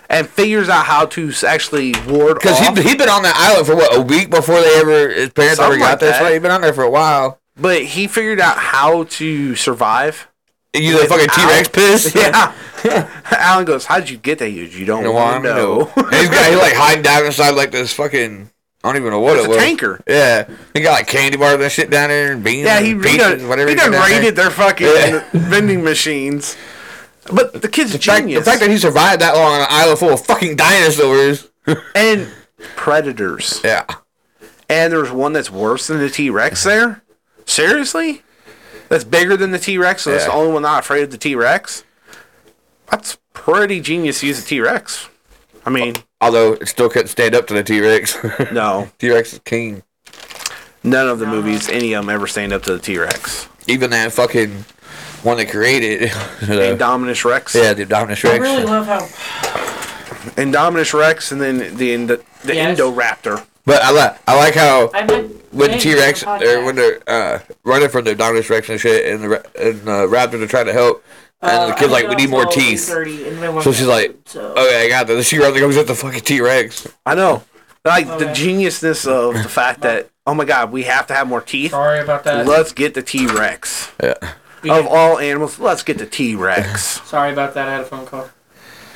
[SPEAKER 1] and figures out how to s- actually ward
[SPEAKER 3] Because
[SPEAKER 1] off.
[SPEAKER 3] he he'd been on that island for what a week before they ever his parents
[SPEAKER 1] Something
[SPEAKER 3] ever got
[SPEAKER 1] like
[SPEAKER 3] there.
[SPEAKER 1] that.
[SPEAKER 3] So he'd been on there for a while.
[SPEAKER 1] but he figured out how to survive.
[SPEAKER 3] You the fucking T Rex piss.
[SPEAKER 1] Yeah. Alan goes, "How'd you get that?" You, you don't
[SPEAKER 3] You know,
[SPEAKER 1] want to know.
[SPEAKER 3] and he's got he like hiding down inside like this fucking. I don't even know what
[SPEAKER 1] It's
[SPEAKER 3] it
[SPEAKER 1] a
[SPEAKER 3] was.
[SPEAKER 1] tanker.
[SPEAKER 3] Yeah, he got like candy bars and shit down there and beans.
[SPEAKER 1] yeah, he
[SPEAKER 3] and
[SPEAKER 1] he
[SPEAKER 3] peaches,
[SPEAKER 1] done,
[SPEAKER 3] whatever
[SPEAKER 1] he done
[SPEAKER 3] got down there.
[SPEAKER 1] raided their fucking
[SPEAKER 3] Yeah.
[SPEAKER 1] vending machines. But the kid's
[SPEAKER 3] fact-
[SPEAKER 1] genius
[SPEAKER 3] the fact that he survived that long on an island full of fucking dinosaurs.
[SPEAKER 1] and predators.
[SPEAKER 3] Yeah.
[SPEAKER 1] And there's one that's worse than the T Rex there. Seriously, that's bigger than the T Rex, so that's
[SPEAKER 3] Yeah.
[SPEAKER 1] the only one not afraid of the T Rex. That's pretty genius to use a T Rex. I mean,
[SPEAKER 3] Although it still couldn't stand up to the T Rex.
[SPEAKER 1] no,
[SPEAKER 3] T Rex is king.
[SPEAKER 1] none of the movies, any of them, ever stand up to the T Rex.
[SPEAKER 3] Even that fucking one that created it. the-
[SPEAKER 1] Indominus Rex,
[SPEAKER 3] yeah, the Dominus
[SPEAKER 2] I
[SPEAKER 3] Rex.
[SPEAKER 2] really love how
[SPEAKER 1] Indominus Rex, and then the Indo- the
[SPEAKER 2] Yes.
[SPEAKER 1] Indoraptor.
[SPEAKER 3] But I like I like how
[SPEAKER 2] I meant
[SPEAKER 3] when
[SPEAKER 2] Hey,
[SPEAKER 3] T Rex
[SPEAKER 2] podcast.
[SPEAKER 3] or when they're uh, running from the Dominus Rex and shit, and the ra- and uh, Raptors are trying to help, and
[SPEAKER 2] Uh,
[SPEAKER 3] the kid's
[SPEAKER 2] I
[SPEAKER 3] like, "We
[SPEAKER 2] was
[SPEAKER 3] need more
[SPEAKER 2] always
[SPEAKER 3] teeth."
[SPEAKER 2] 30 and then
[SPEAKER 3] So she's like, "Oh,
[SPEAKER 2] so-
[SPEAKER 3] Okay, I got this. She runs and goes at the fucking T Rex.
[SPEAKER 1] I know, like the
[SPEAKER 2] Okay.
[SPEAKER 1] geniusness of the fact that oh my god, we have to have more teeth.
[SPEAKER 2] sorry about that.
[SPEAKER 1] Let's get the T Rex.
[SPEAKER 3] Yeah.
[SPEAKER 2] We
[SPEAKER 1] Of
[SPEAKER 2] did-
[SPEAKER 1] all animals, let's get the T Rex.
[SPEAKER 2] sorry about that. I had a phone call.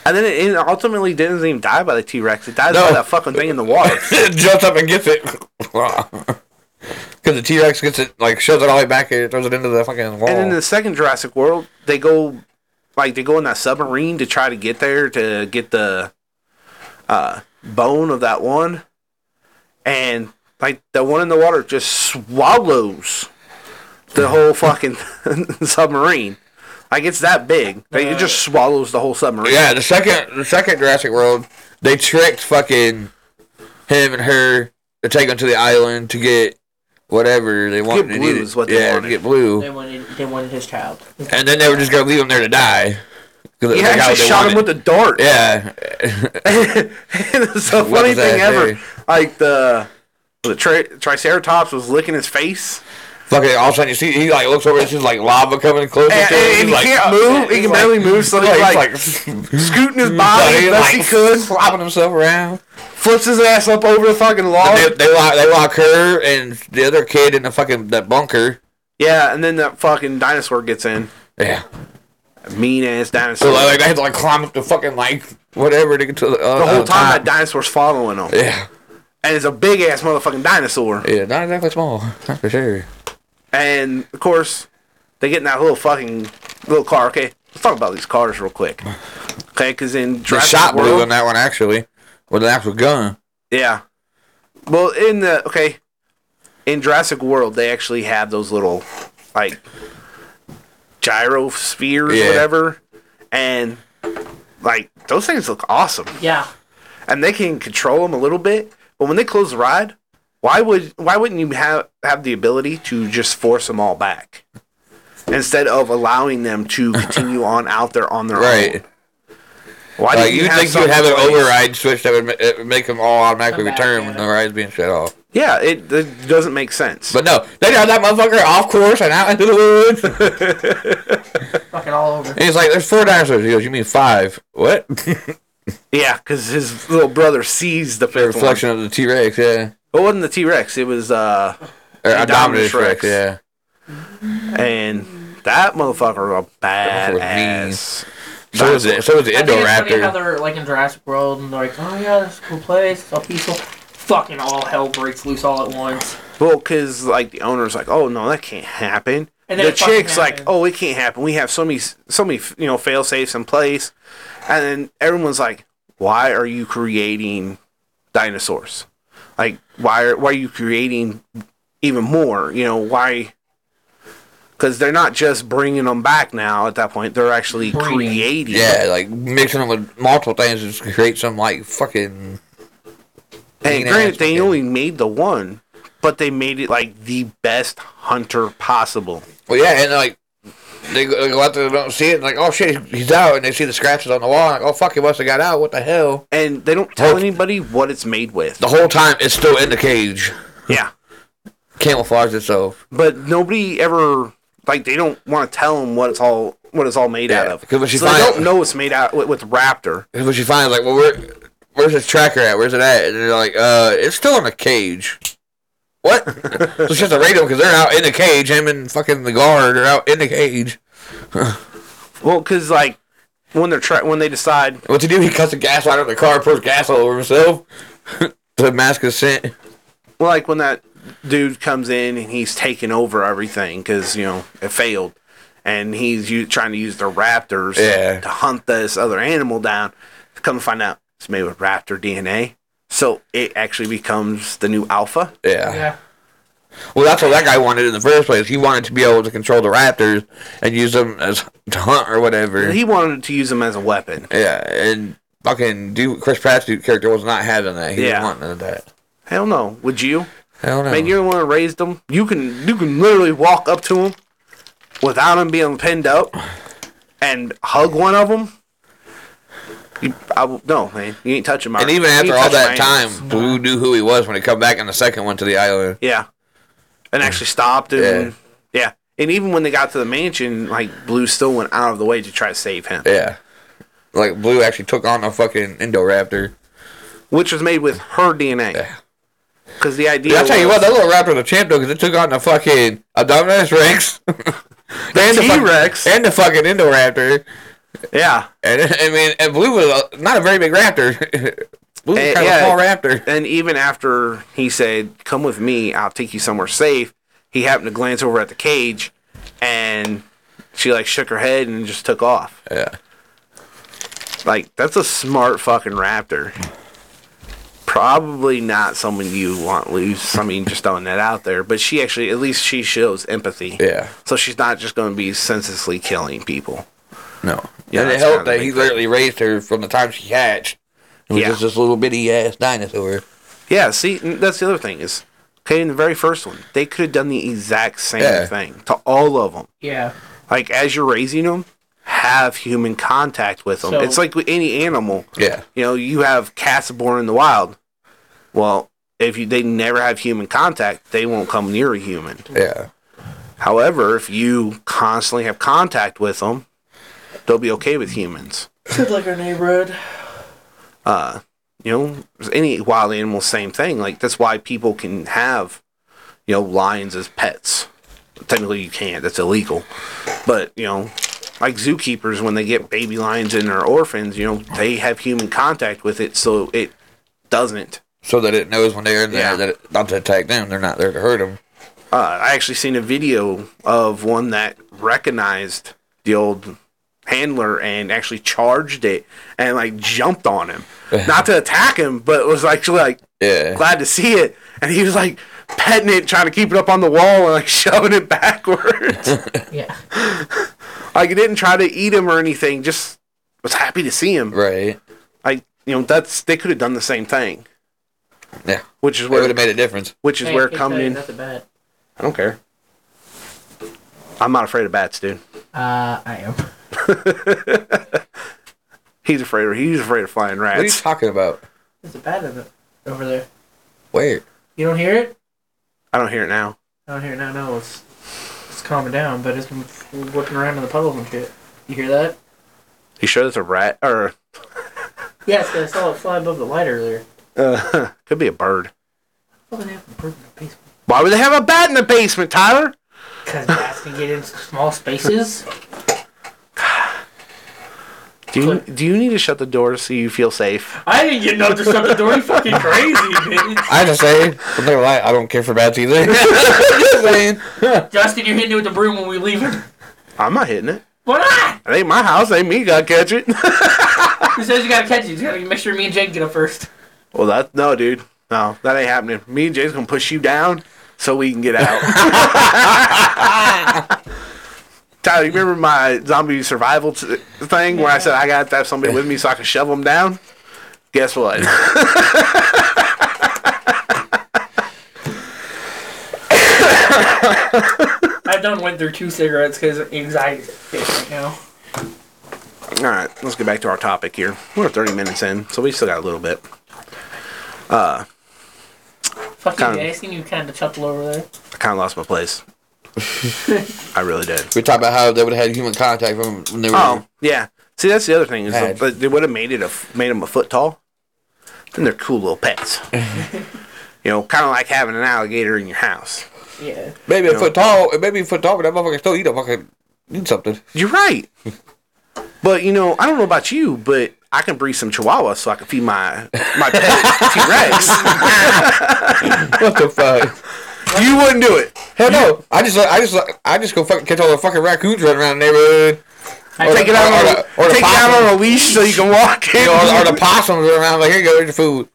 [SPEAKER 1] And then it, it ultimately didn't even die by the T Rex. It died
[SPEAKER 3] No.
[SPEAKER 1] by that fucking thing in the water.
[SPEAKER 3] jumps up and gets it. Because the T Rex gets it, like, shoves it all the way back and throws it into the fucking wall.
[SPEAKER 1] And in the second Jurassic World, they go like they go in that submarine to try to get there to get the uh, bone of that one, and like the one in the water just swallows the whole fucking submarine. Like it's that big, like, it just swallows the whole submarine.
[SPEAKER 3] yeah, the second, the second Jurassic World, they tricked fucking him and her to take him to the island to get whatever they wanted.
[SPEAKER 1] blue
[SPEAKER 3] they needed.
[SPEAKER 1] is what they
[SPEAKER 3] yeah,
[SPEAKER 1] wanted.
[SPEAKER 3] to get blue.
[SPEAKER 2] They wanted they wanted his child.
[SPEAKER 3] And then they were just gonna leave him there to die.
[SPEAKER 1] He actually shot him with a dart.
[SPEAKER 3] Yeah,
[SPEAKER 1] and it's the
[SPEAKER 3] What
[SPEAKER 1] funny
[SPEAKER 3] was that
[SPEAKER 1] thing ever.
[SPEAKER 3] thing?
[SPEAKER 1] Like the the tri- Triceratops was licking his face,
[SPEAKER 3] fucking all of a sudden you see he like looks over and sees like lava coming closer.
[SPEAKER 1] and,
[SPEAKER 3] to him.
[SPEAKER 1] and
[SPEAKER 3] He's
[SPEAKER 1] he
[SPEAKER 3] like,
[SPEAKER 1] can't
[SPEAKER 3] "Oh,
[SPEAKER 1] move.
[SPEAKER 3] shit."
[SPEAKER 1] He
[SPEAKER 3] He's
[SPEAKER 1] can
[SPEAKER 3] like-
[SPEAKER 1] barely move, so
[SPEAKER 3] Yeah,
[SPEAKER 1] he's
[SPEAKER 3] he's
[SPEAKER 1] like,
[SPEAKER 3] like,
[SPEAKER 1] scooting his body
[SPEAKER 3] he's
[SPEAKER 1] as best he
[SPEAKER 3] like
[SPEAKER 1] could,
[SPEAKER 3] slopping himself around.
[SPEAKER 1] flips his ass up over the fucking log.
[SPEAKER 3] They, they lock they lock her and the other kid in the fucking that bunker.
[SPEAKER 1] yeah, and then that fucking dinosaur gets in.
[SPEAKER 3] Yeah,
[SPEAKER 1] Mean ass
[SPEAKER 3] so
[SPEAKER 1] dinosaur.
[SPEAKER 3] like, they had to like climb up the fucking like whatever to get to the, uh,
[SPEAKER 1] the whole time
[SPEAKER 3] uh,
[SPEAKER 1] that
[SPEAKER 3] top.
[SPEAKER 1] dinosaur's following him,
[SPEAKER 3] Yeah,
[SPEAKER 1] and it's a big ass motherfucking dinosaur.
[SPEAKER 3] yeah, not exactly small, not for sure.
[SPEAKER 1] And of course, they get in that little fucking little car. Okay, let's talk about these cars real quick. Okay, because in
[SPEAKER 3] The
[SPEAKER 1] Jurassic
[SPEAKER 3] shot
[SPEAKER 1] World,
[SPEAKER 3] blew on that one actually with an actual gun.
[SPEAKER 1] Yeah. Well, in the okay, in Jurassic World, they actually have those little like gyro spheres,
[SPEAKER 3] Yeah.
[SPEAKER 1] whatever, and like those things look awesome,
[SPEAKER 2] Yeah.
[SPEAKER 1] and they can control them a little bit. But when they close the ride, why would why wouldn't you have have the ability to just force them all back instead of allowing them to continue on out there on their own?
[SPEAKER 3] Right.
[SPEAKER 1] Why
[SPEAKER 3] Like, you think you would have an
[SPEAKER 1] something in place?
[SPEAKER 3] override switch that would ma- it would make them all automatically
[SPEAKER 2] Come back
[SPEAKER 3] return
[SPEAKER 2] at
[SPEAKER 3] when
[SPEAKER 2] it.
[SPEAKER 3] the ride's being shut off.
[SPEAKER 1] Yeah, it, it doesn't make sense.
[SPEAKER 3] But no, they got that motherfucker off course and out into the woods. and
[SPEAKER 2] Fucking all over.
[SPEAKER 3] he's like, there's four dinosaurs. He goes, you mean five? What?
[SPEAKER 1] Yeah, because his little brother sees the
[SPEAKER 3] the
[SPEAKER 1] fifth one.
[SPEAKER 3] reflection of the T-Rex, yeah.
[SPEAKER 1] It wasn't the T Rex. It was uh,
[SPEAKER 3] Or
[SPEAKER 1] The
[SPEAKER 3] a Dominus
[SPEAKER 1] Dominus Rex.
[SPEAKER 3] Rex, yeah.
[SPEAKER 1] and that motherfucker was a
[SPEAKER 3] was
[SPEAKER 1] badass.
[SPEAKER 3] So was, the, so was the
[SPEAKER 2] I think it's funny how
[SPEAKER 3] Indoraptor.
[SPEAKER 2] they're like in Jurassic World and they're like, oh yeah, this is a cool place, it's all peaceful. Fucking all hell breaks loose all at once.
[SPEAKER 1] Well, because like the owner's like, oh no, that can't happen.
[SPEAKER 2] And
[SPEAKER 1] the
[SPEAKER 2] then it fucking
[SPEAKER 1] chick's like,
[SPEAKER 2] happened.
[SPEAKER 1] oh, it can't happen. We have so many, so many, you know, fail safes in place, and then everyone's like, why are you creating dinosaurs? Like, why are why are you creating even more? You know, why? Because they're not just bringing them back now. At that point, they're actually
[SPEAKER 2] Breeding.
[SPEAKER 1] creating.
[SPEAKER 3] Yeah, like mixing them with multiple things just to create some like fucking.
[SPEAKER 1] And
[SPEAKER 3] mean-ass
[SPEAKER 1] granted, they
[SPEAKER 3] fucking-
[SPEAKER 1] only made the one, but they made it like the best hunter possible.
[SPEAKER 3] Well, yeah, and like they go, they go out there and don't see it, and like, oh shit, he's out, and they see the scratches on the wall, and like, oh fuck, he must have got out. What the hell?
[SPEAKER 1] And they don't tell
[SPEAKER 3] Well-
[SPEAKER 1] anybody what it's made with.
[SPEAKER 3] The whole time it's still in the cage.
[SPEAKER 1] Yeah.
[SPEAKER 3] Camouflage itself.
[SPEAKER 1] but nobody ever like they don't want to tell them what it's all what it's all made
[SPEAKER 3] Yeah,
[SPEAKER 1] out of.
[SPEAKER 3] 'cause when she
[SPEAKER 1] so they
[SPEAKER 3] finds-
[SPEAKER 1] don't know it's made out with, with raptor.
[SPEAKER 3] That's what she finds. Like, well, where, where's this tracker at? Where's it at? And they're like, uh, it's still in a cage. What? so it's just a radio because they're out in the cage. Him and fucking the guard are out in the cage.
[SPEAKER 1] Well, because like when they're tra- when they decide
[SPEAKER 3] What to do? He cuts the gas out of the car, pours gas all over himself to mask his scent.
[SPEAKER 1] well, like when that dude comes in and he's taking over everything because you know it failed, and he's u- trying to use the raptors
[SPEAKER 3] Yeah.
[SPEAKER 1] to hunt this other animal down. Come to find out, it's made with raptor DNA, so it actually becomes the new alpha.
[SPEAKER 3] Yeah.
[SPEAKER 2] Yeah.
[SPEAKER 3] Well, that's what that guy wanted in the first place. He wanted to be able to control the raptors and use them as to hunt or whatever.
[SPEAKER 1] He wanted to use them as a weapon.
[SPEAKER 3] yeah, and fucking dude, Chris Pratt's dude character was not having that. He
[SPEAKER 1] Yeah.
[SPEAKER 3] didn't want none of that.
[SPEAKER 1] Hell no. Would you?
[SPEAKER 3] Hell no.
[SPEAKER 1] Man, you're the one that raised them. You can you can literally walk up to them without them being pinned up and hug one of them. You, I, w- no, man, you ain't touching my.
[SPEAKER 3] and even
[SPEAKER 1] you ain't
[SPEAKER 3] after all
[SPEAKER 1] touching
[SPEAKER 3] that
[SPEAKER 1] my animals.
[SPEAKER 3] time, Blue knew who he was when he come back in the second one to the island.
[SPEAKER 1] yeah, and actually stopped and yeah. and even when they got to the mansion, like Blue still went out of the way to try to save him,
[SPEAKER 3] Yeah. Like Blue actually took on a fucking Indoraptor.
[SPEAKER 1] which was made with her DNA.
[SPEAKER 3] Yeah.
[SPEAKER 1] Because the idea,
[SPEAKER 3] I'll tell you
[SPEAKER 1] was-
[SPEAKER 3] what, that little raptor's a champ though, because it took on the fucking Abdominus Rex. and fuck-
[SPEAKER 1] T-Rex.
[SPEAKER 3] and the fucking Indoraptor.
[SPEAKER 1] yeah,
[SPEAKER 3] And I mean, and Blue was a, not a very big raptor. Blue was
[SPEAKER 1] Eh,
[SPEAKER 3] kind of
[SPEAKER 1] yeah.
[SPEAKER 3] a small raptor.
[SPEAKER 1] And even after he said, "Come with me, I'll take you somewhere safe," he happened to glance over at the cage, and she like shook her head and just took off.
[SPEAKER 3] Yeah.
[SPEAKER 1] Like that's a smart fucking raptor. Probably not someone you want loose. I mean, just throwing that out there. But she actually, at least she shows empathy.
[SPEAKER 3] Yeah.
[SPEAKER 1] So she's not just going to be senselessly killing people.
[SPEAKER 3] No.
[SPEAKER 1] Yeah,
[SPEAKER 3] and it
[SPEAKER 1] that's
[SPEAKER 3] helped
[SPEAKER 1] kinda
[SPEAKER 3] that he
[SPEAKER 1] big.
[SPEAKER 3] literally raised her from the time she hatched. It was
[SPEAKER 1] Yeah.
[SPEAKER 3] just this little bitty ass dinosaur.
[SPEAKER 1] Yeah, see, and that's the other thing is, okay, in the very first one, they could have done the exact same
[SPEAKER 3] Yeah.
[SPEAKER 1] thing to all of them.
[SPEAKER 2] Yeah.
[SPEAKER 1] like as you're raising them have human contact with them
[SPEAKER 2] So-
[SPEAKER 1] it's like with any animal
[SPEAKER 3] Yeah.
[SPEAKER 1] you know you have cats born in the wild well if you, they never have human contact they won't come near a human
[SPEAKER 3] Yeah.
[SPEAKER 1] however if you constantly have contact with them they'll be okay with humans
[SPEAKER 2] Sounds like our neighborhood.
[SPEAKER 1] uh you know any wild animal same thing like that's why people can have you know lions as pets technically you can't that's illegal but you know like zookeepers when they get baby lions and they're orphans you know they have human contact with it so it doesn't
[SPEAKER 3] So that it knows when they're in there
[SPEAKER 1] Yeah.
[SPEAKER 3] that it, not to attack them, they're not there to hurt them.
[SPEAKER 1] uh, i actually seen a video of one that recognized the old handler and actually charged it and like jumped on him not to attack him but was actually like
[SPEAKER 3] Yeah.
[SPEAKER 1] glad to see it. And he was like petting it, trying to keep it up on the wall, and like shoving it backwards.
[SPEAKER 2] Yeah.
[SPEAKER 1] like it didn't try to eat him or anything. Just was happy to see him.
[SPEAKER 3] Right.
[SPEAKER 1] Like you know, that's they could have done the same thing,
[SPEAKER 3] Yeah.
[SPEAKER 1] which is
[SPEAKER 3] It would
[SPEAKER 1] where
[SPEAKER 3] have made a difference.
[SPEAKER 1] which is where coming in.
[SPEAKER 2] That's a bet.
[SPEAKER 1] I don't care. I'm not afraid of bats, dude.
[SPEAKER 2] Uh, I am.
[SPEAKER 1] He's afraid. Of, he's afraid of flying
[SPEAKER 3] What are you
[SPEAKER 1] rats.
[SPEAKER 3] talking about?
[SPEAKER 2] There's a bat in it over there.
[SPEAKER 3] Where?
[SPEAKER 2] You don't hear it?
[SPEAKER 1] I don't hear it now.
[SPEAKER 2] I don't hear it. No, no. It's, it's calming down, but it's been whipping around in the puddles and shit. You hear that?
[SPEAKER 1] You sure that's a rat or
[SPEAKER 2] Yes, 'cause I saw it fly above the light earlier.
[SPEAKER 1] uh, could be a bird?
[SPEAKER 2] What the happened? Bird in the basement.
[SPEAKER 1] Why would they have a bat in the basement, Tyler?
[SPEAKER 2] Because bats can get into small spaces.
[SPEAKER 1] Do you do you need to shut the door so you feel safe?
[SPEAKER 2] I didn't get no to shut the door. You fucking crazy, bitch.
[SPEAKER 3] I just say, I'm not gonna lie, I don't care for bats either. just saying.
[SPEAKER 2] Justin, you're hitting it with the broom when we leave him.
[SPEAKER 1] I'm not hitting it.
[SPEAKER 2] Why not?
[SPEAKER 1] It ain't my house. Ain't me. Gotta catch it.
[SPEAKER 2] Who says you gotta catch it? You gotta make sure me and Jake get up first.
[SPEAKER 1] well, that no, dude. No, that ain't happening. Me and Jay's gonna push you down so we can get out. Tyler, you remember my zombie survival t- thing where I said I got to have somebody with me so I can shove them down? Guess what?
[SPEAKER 2] I done went through two cigarettes because anxiety right now.
[SPEAKER 1] All right, let's get back to our topic here. We're 30 minutes in, so we still got a little bit.
[SPEAKER 2] Fuck you,
[SPEAKER 1] Kinda.
[SPEAKER 2] Jay. I seen you kind of chuckle over there.
[SPEAKER 1] I kind of lost my place. I really did.
[SPEAKER 3] We talked about how they would have had human contact from when they were.
[SPEAKER 1] Oh yeah. See, that's the other thing is
[SPEAKER 3] Had.
[SPEAKER 1] like, they would have made it a made them a foot tall. Then they're cool little pets. you know, kind of like having an alligator in your house.
[SPEAKER 2] Yeah.
[SPEAKER 3] Maybe a foot tall, maybe a foot tall, but that motherfucker still eat a fucking eat something.
[SPEAKER 1] You're right. but you know, I don't know about you, but I can breed some Chihuahua so I can feed my my pet T Rex.
[SPEAKER 3] What the fuck?
[SPEAKER 1] you wouldn't do it.
[SPEAKER 3] Hell no! I just, I just, I just go fucking catch all the fucking raccoons running around the neighborhood,
[SPEAKER 2] I
[SPEAKER 1] Take it out
[SPEAKER 3] Or
[SPEAKER 1] on
[SPEAKER 3] the- or
[SPEAKER 1] a,
[SPEAKER 3] the
[SPEAKER 1] take it out
[SPEAKER 3] possum.
[SPEAKER 1] on a leash so you can walk in.
[SPEAKER 3] you know, or, or the possums running around like, here you go, here's your food.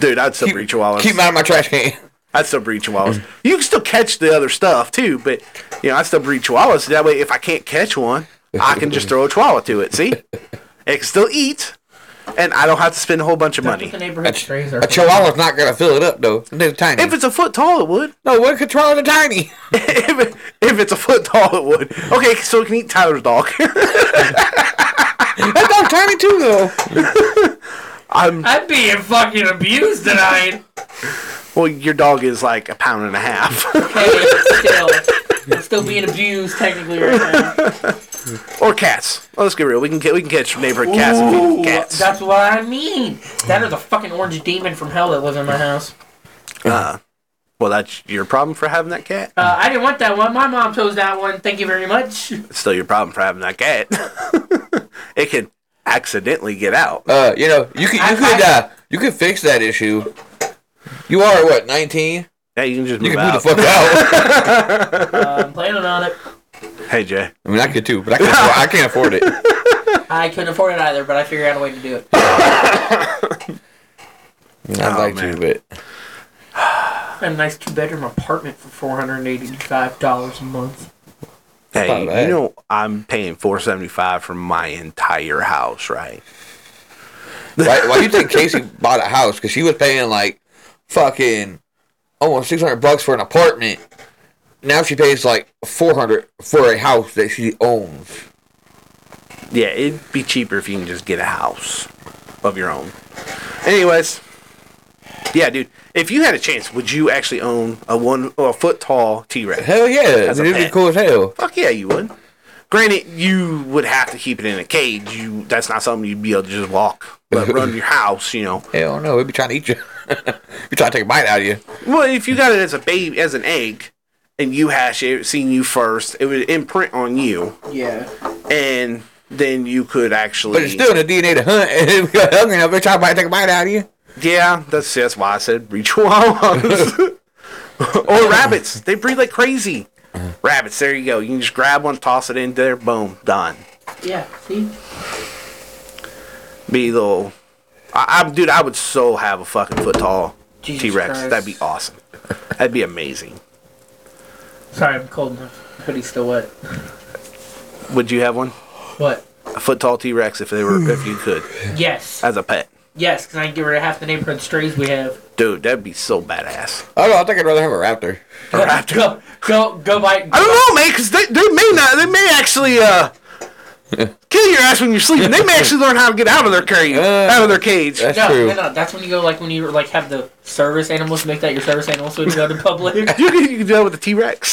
[SPEAKER 1] Dude, I'd still
[SPEAKER 3] Keep,
[SPEAKER 1] breed Chihuahuas.
[SPEAKER 3] keep 'em out of my trash can.
[SPEAKER 1] I still breed chihuahuas. you can still catch the other stuff too, but you know I still breed chihuahuas. That way, if I can't catch one, I can just throw a chihuahua to it. See, it can still eat, and I don't have to spend a whole bunch of
[SPEAKER 2] That's
[SPEAKER 1] money.
[SPEAKER 2] what the neighborhood strays are.
[SPEAKER 3] A chihuahua's not gonna fill it up though. They're tiny.
[SPEAKER 1] If it's a foot tall, it would.
[SPEAKER 3] no, what could chihuahuas are tiny?
[SPEAKER 1] if, it, if it's a foot tall, it would. Okay, so it can eat Tyler's dog.
[SPEAKER 3] That dog's tiny too though.
[SPEAKER 1] I'm
[SPEAKER 2] I'm being fucking abused tonight.
[SPEAKER 1] well. Your dog is like a pound and a half,
[SPEAKER 2] hey, still, I'm still being abused technically right now.
[SPEAKER 1] or cats. Well, let's get real. We can ca- we can catch neighborhood cats. and feed them
[SPEAKER 2] Ooh,
[SPEAKER 1] cats.
[SPEAKER 2] That's what I mean. That or the fucking orange demon from hell that lives in my house.
[SPEAKER 1] Uh, Well, that's your problem for having that cat.
[SPEAKER 2] Uh, I didn't want that one. My mom chose that one. Thank you very much. Uh,
[SPEAKER 1] It's still your problem for having that cat. it can accidentally get out.
[SPEAKER 3] Uh, you know, you could
[SPEAKER 2] I-
[SPEAKER 3] you could
[SPEAKER 2] I-
[SPEAKER 3] uh, you could fix that issue. You are what nineteen?
[SPEAKER 1] Yeah, you can just
[SPEAKER 3] You
[SPEAKER 1] move
[SPEAKER 3] can move
[SPEAKER 1] out.
[SPEAKER 3] the fuck out.
[SPEAKER 2] Uh, I'm planning on it.
[SPEAKER 1] Hey Jay,
[SPEAKER 3] I mean, I could too, but I can't. Afford, I can't afford it.
[SPEAKER 2] I couldn't afford it either, but I figured out a way to do it.
[SPEAKER 3] I'd
[SPEAKER 1] Oh,
[SPEAKER 3] like
[SPEAKER 1] man.
[SPEAKER 3] to, but
[SPEAKER 2] A nice two bedroom apartment for four hundred and eighty five dollars a month.
[SPEAKER 1] hey,
[SPEAKER 3] Not bad.
[SPEAKER 1] you know I'm paying four seventy five for my entire house, right?
[SPEAKER 3] why, why you think Casey bought a house? Because she was paying like fucking almost six hundred bucks for an apartment. Now she pays like four hundred for a house that she owns.
[SPEAKER 1] Yeah, it'd be cheaper if you can just get a house of your own. Anyways, yeah, dude, if you had a chance, would you actually own a one or a foot tall T Rex?
[SPEAKER 3] Hell yeah,
[SPEAKER 1] That's a
[SPEAKER 3] it'd be
[SPEAKER 1] pet.
[SPEAKER 3] cool as hell.
[SPEAKER 1] Fuck yeah, you would. Granted, you would have to keep it in a cage. You that's not something you'd be able to just walk, but run your house, you know.
[SPEAKER 3] Hell no, it'd be trying to eat you. be trying to take a bite out of you.
[SPEAKER 1] Well, if you got it as a baby, as an egg, and you hatch it, seeing you first, it would imprint on you,
[SPEAKER 2] Yeah.
[SPEAKER 1] and then you could actually.
[SPEAKER 3] But it's still in the DNA to hunt, and if you're hungry enough, they're trying to bite, take a bite out of you.
[SPEAKER 1] yeah, that's that's why I said breed chihuahuas or rabbits. They breed like crazy. Rabbits, there you go. You can just grab one, toss it in there, boom, done.
[SPEAKER 2] Yeah. See.
[SPEAKER 1] Be little. I, I'm dude. I would so have a fucking foot tall
[SPEAKER 2] Jesus
[SPEAKER 1] T Rex.
[SPEAKER 2] Christ.
[SPEAKER 1] That'd be awesome. That'd be amazing.
[SPEAKER 2] Sorry, I'm cold. My hoodie's still wet.
[SPEAKER 1] Would you have one?
[SPEAKER 2] What?
[SPEAKER 1] A foot tall T Rex if they were if you could
[SPEAKER 2] Yes.
[SPEAKER 1] as a pet.
[SPEAKER 2] Yes, because I can get rid of half the neighborhood strays we have.
[SPEAKER 1] Dude, that'd be so badass.
[SPEAKER 3] I don't know. I think I'd rather have a raptor.
[SPEAKER 2] Go, go, go bite.
[SPEAKER 1] I don't know, man, because they, they may not, they may actually uh, kill your ass when you're sleeping. They may actually learn how to get out of their cage. out of their cage.
[SPEAKER 3] That's
[SPEAKER 2] No,
[SPEAKER 3] true.
[SPEAKER 2] no, no. That's when you go like when you like have the service animals make that your service animals so you go to public. Who
[SPEAKER 1] You can, you can do that with a T Rex,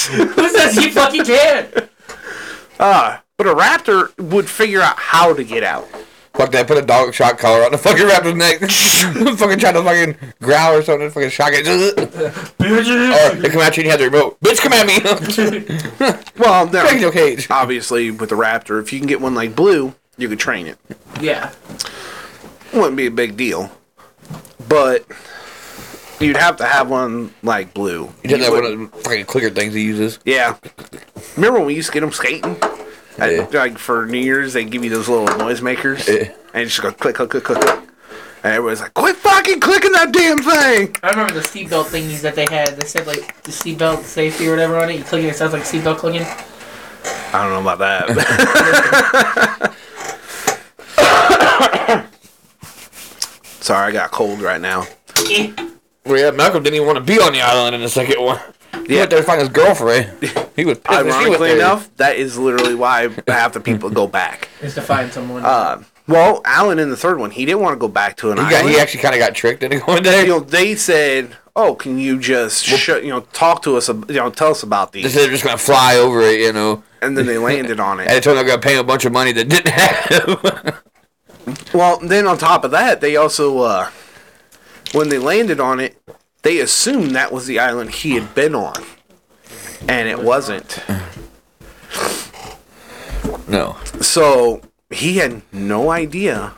[SPEAKER 2] says you fucking can?
[SPEAKER 1] but a raptor would figure out how to get out.
[SPEAKER 3] Fuck that. Put a dog shot collar on the fucking raptor's neck. fucking try to fucking growl or something. Fucking shock it. or they come at you and you have the remote. Bitch, come at me.
[SPEAKER 1] Well, no,
[SPEAKER 3] Back in your cage.
[SPEAKER 1] obviously with a raptor, if you can get one like Blue, you could train it.
[SPEAKER 2] Yeah.
[SPEAKER 1] Wouldn't be a big deal, but you'd have to have one like Blue.
[SPEAKER 3] He doesn't have one of the fucking clicker things he uses.
[SPEAKER 1] Yeah. Remember when we used to get them skating? At-
[SPEAKER 3] Yeah.
[SPEAKER 1] like for New Year's, they give you those little noisemakers,
[SPEAKER 3] Yeah.
[SPEAKER 1] and you just go click, click, click, click, click. And everybody's like, "Quit fucking clicking that damn thing!"
[SPEAKER 2] I remember the seatbelt thingies that they had. They said like the seatbelt safety or whatever on it. You click it, it sounds like seatbelt clicking.
[SPEAKER 1] I don't know about that. Sorry, I got cold right now.
[SPEAKER 2] Eh.
[SPEAKER 3] Well, yeah, Malcolm didn't even want to be on the island in the second one. He went there to find his girlfriend. He was pissed that she was
[SPEAKER 1] Ironically
[SPEAKER 3] there.
[SPEAKER 1] enough, that is literally why half the people go back.
[SPEAKER 2] Is to find someone.
[SPEAKER 3] Ah.
[SPEAKER 1] Uh, well, Alan in the third one, he didn't want to go back to an
[SPEAKER 3] He,
[SPEAKER 1] island.
[SPEAKER 3] got, he actually kind of got tricked into going there.
[SPEAKER 1] you know, they said, "Oh, can you just show, you know talk to us, ab- you know, tell us about
[SPEAKER 3] They
[SPEAKER 1] these?"
[SPEAKER 3] said they're just gonna fly over it, you know.
[SPEAKER 1] And then they landed on
[SPEAKER 3] And
[SPEAKER 1] it.
[SPEAKER 3] they told them they're gonna pay a bunch of money that didn't have.
[SPEAKER 1] Well, then on top of that, they also, uh, when they landed on it, they assumed that was the island he had been on, and it wasn't.
[SPEAKER 3] no.
[SPEAKER 1] So he had no idea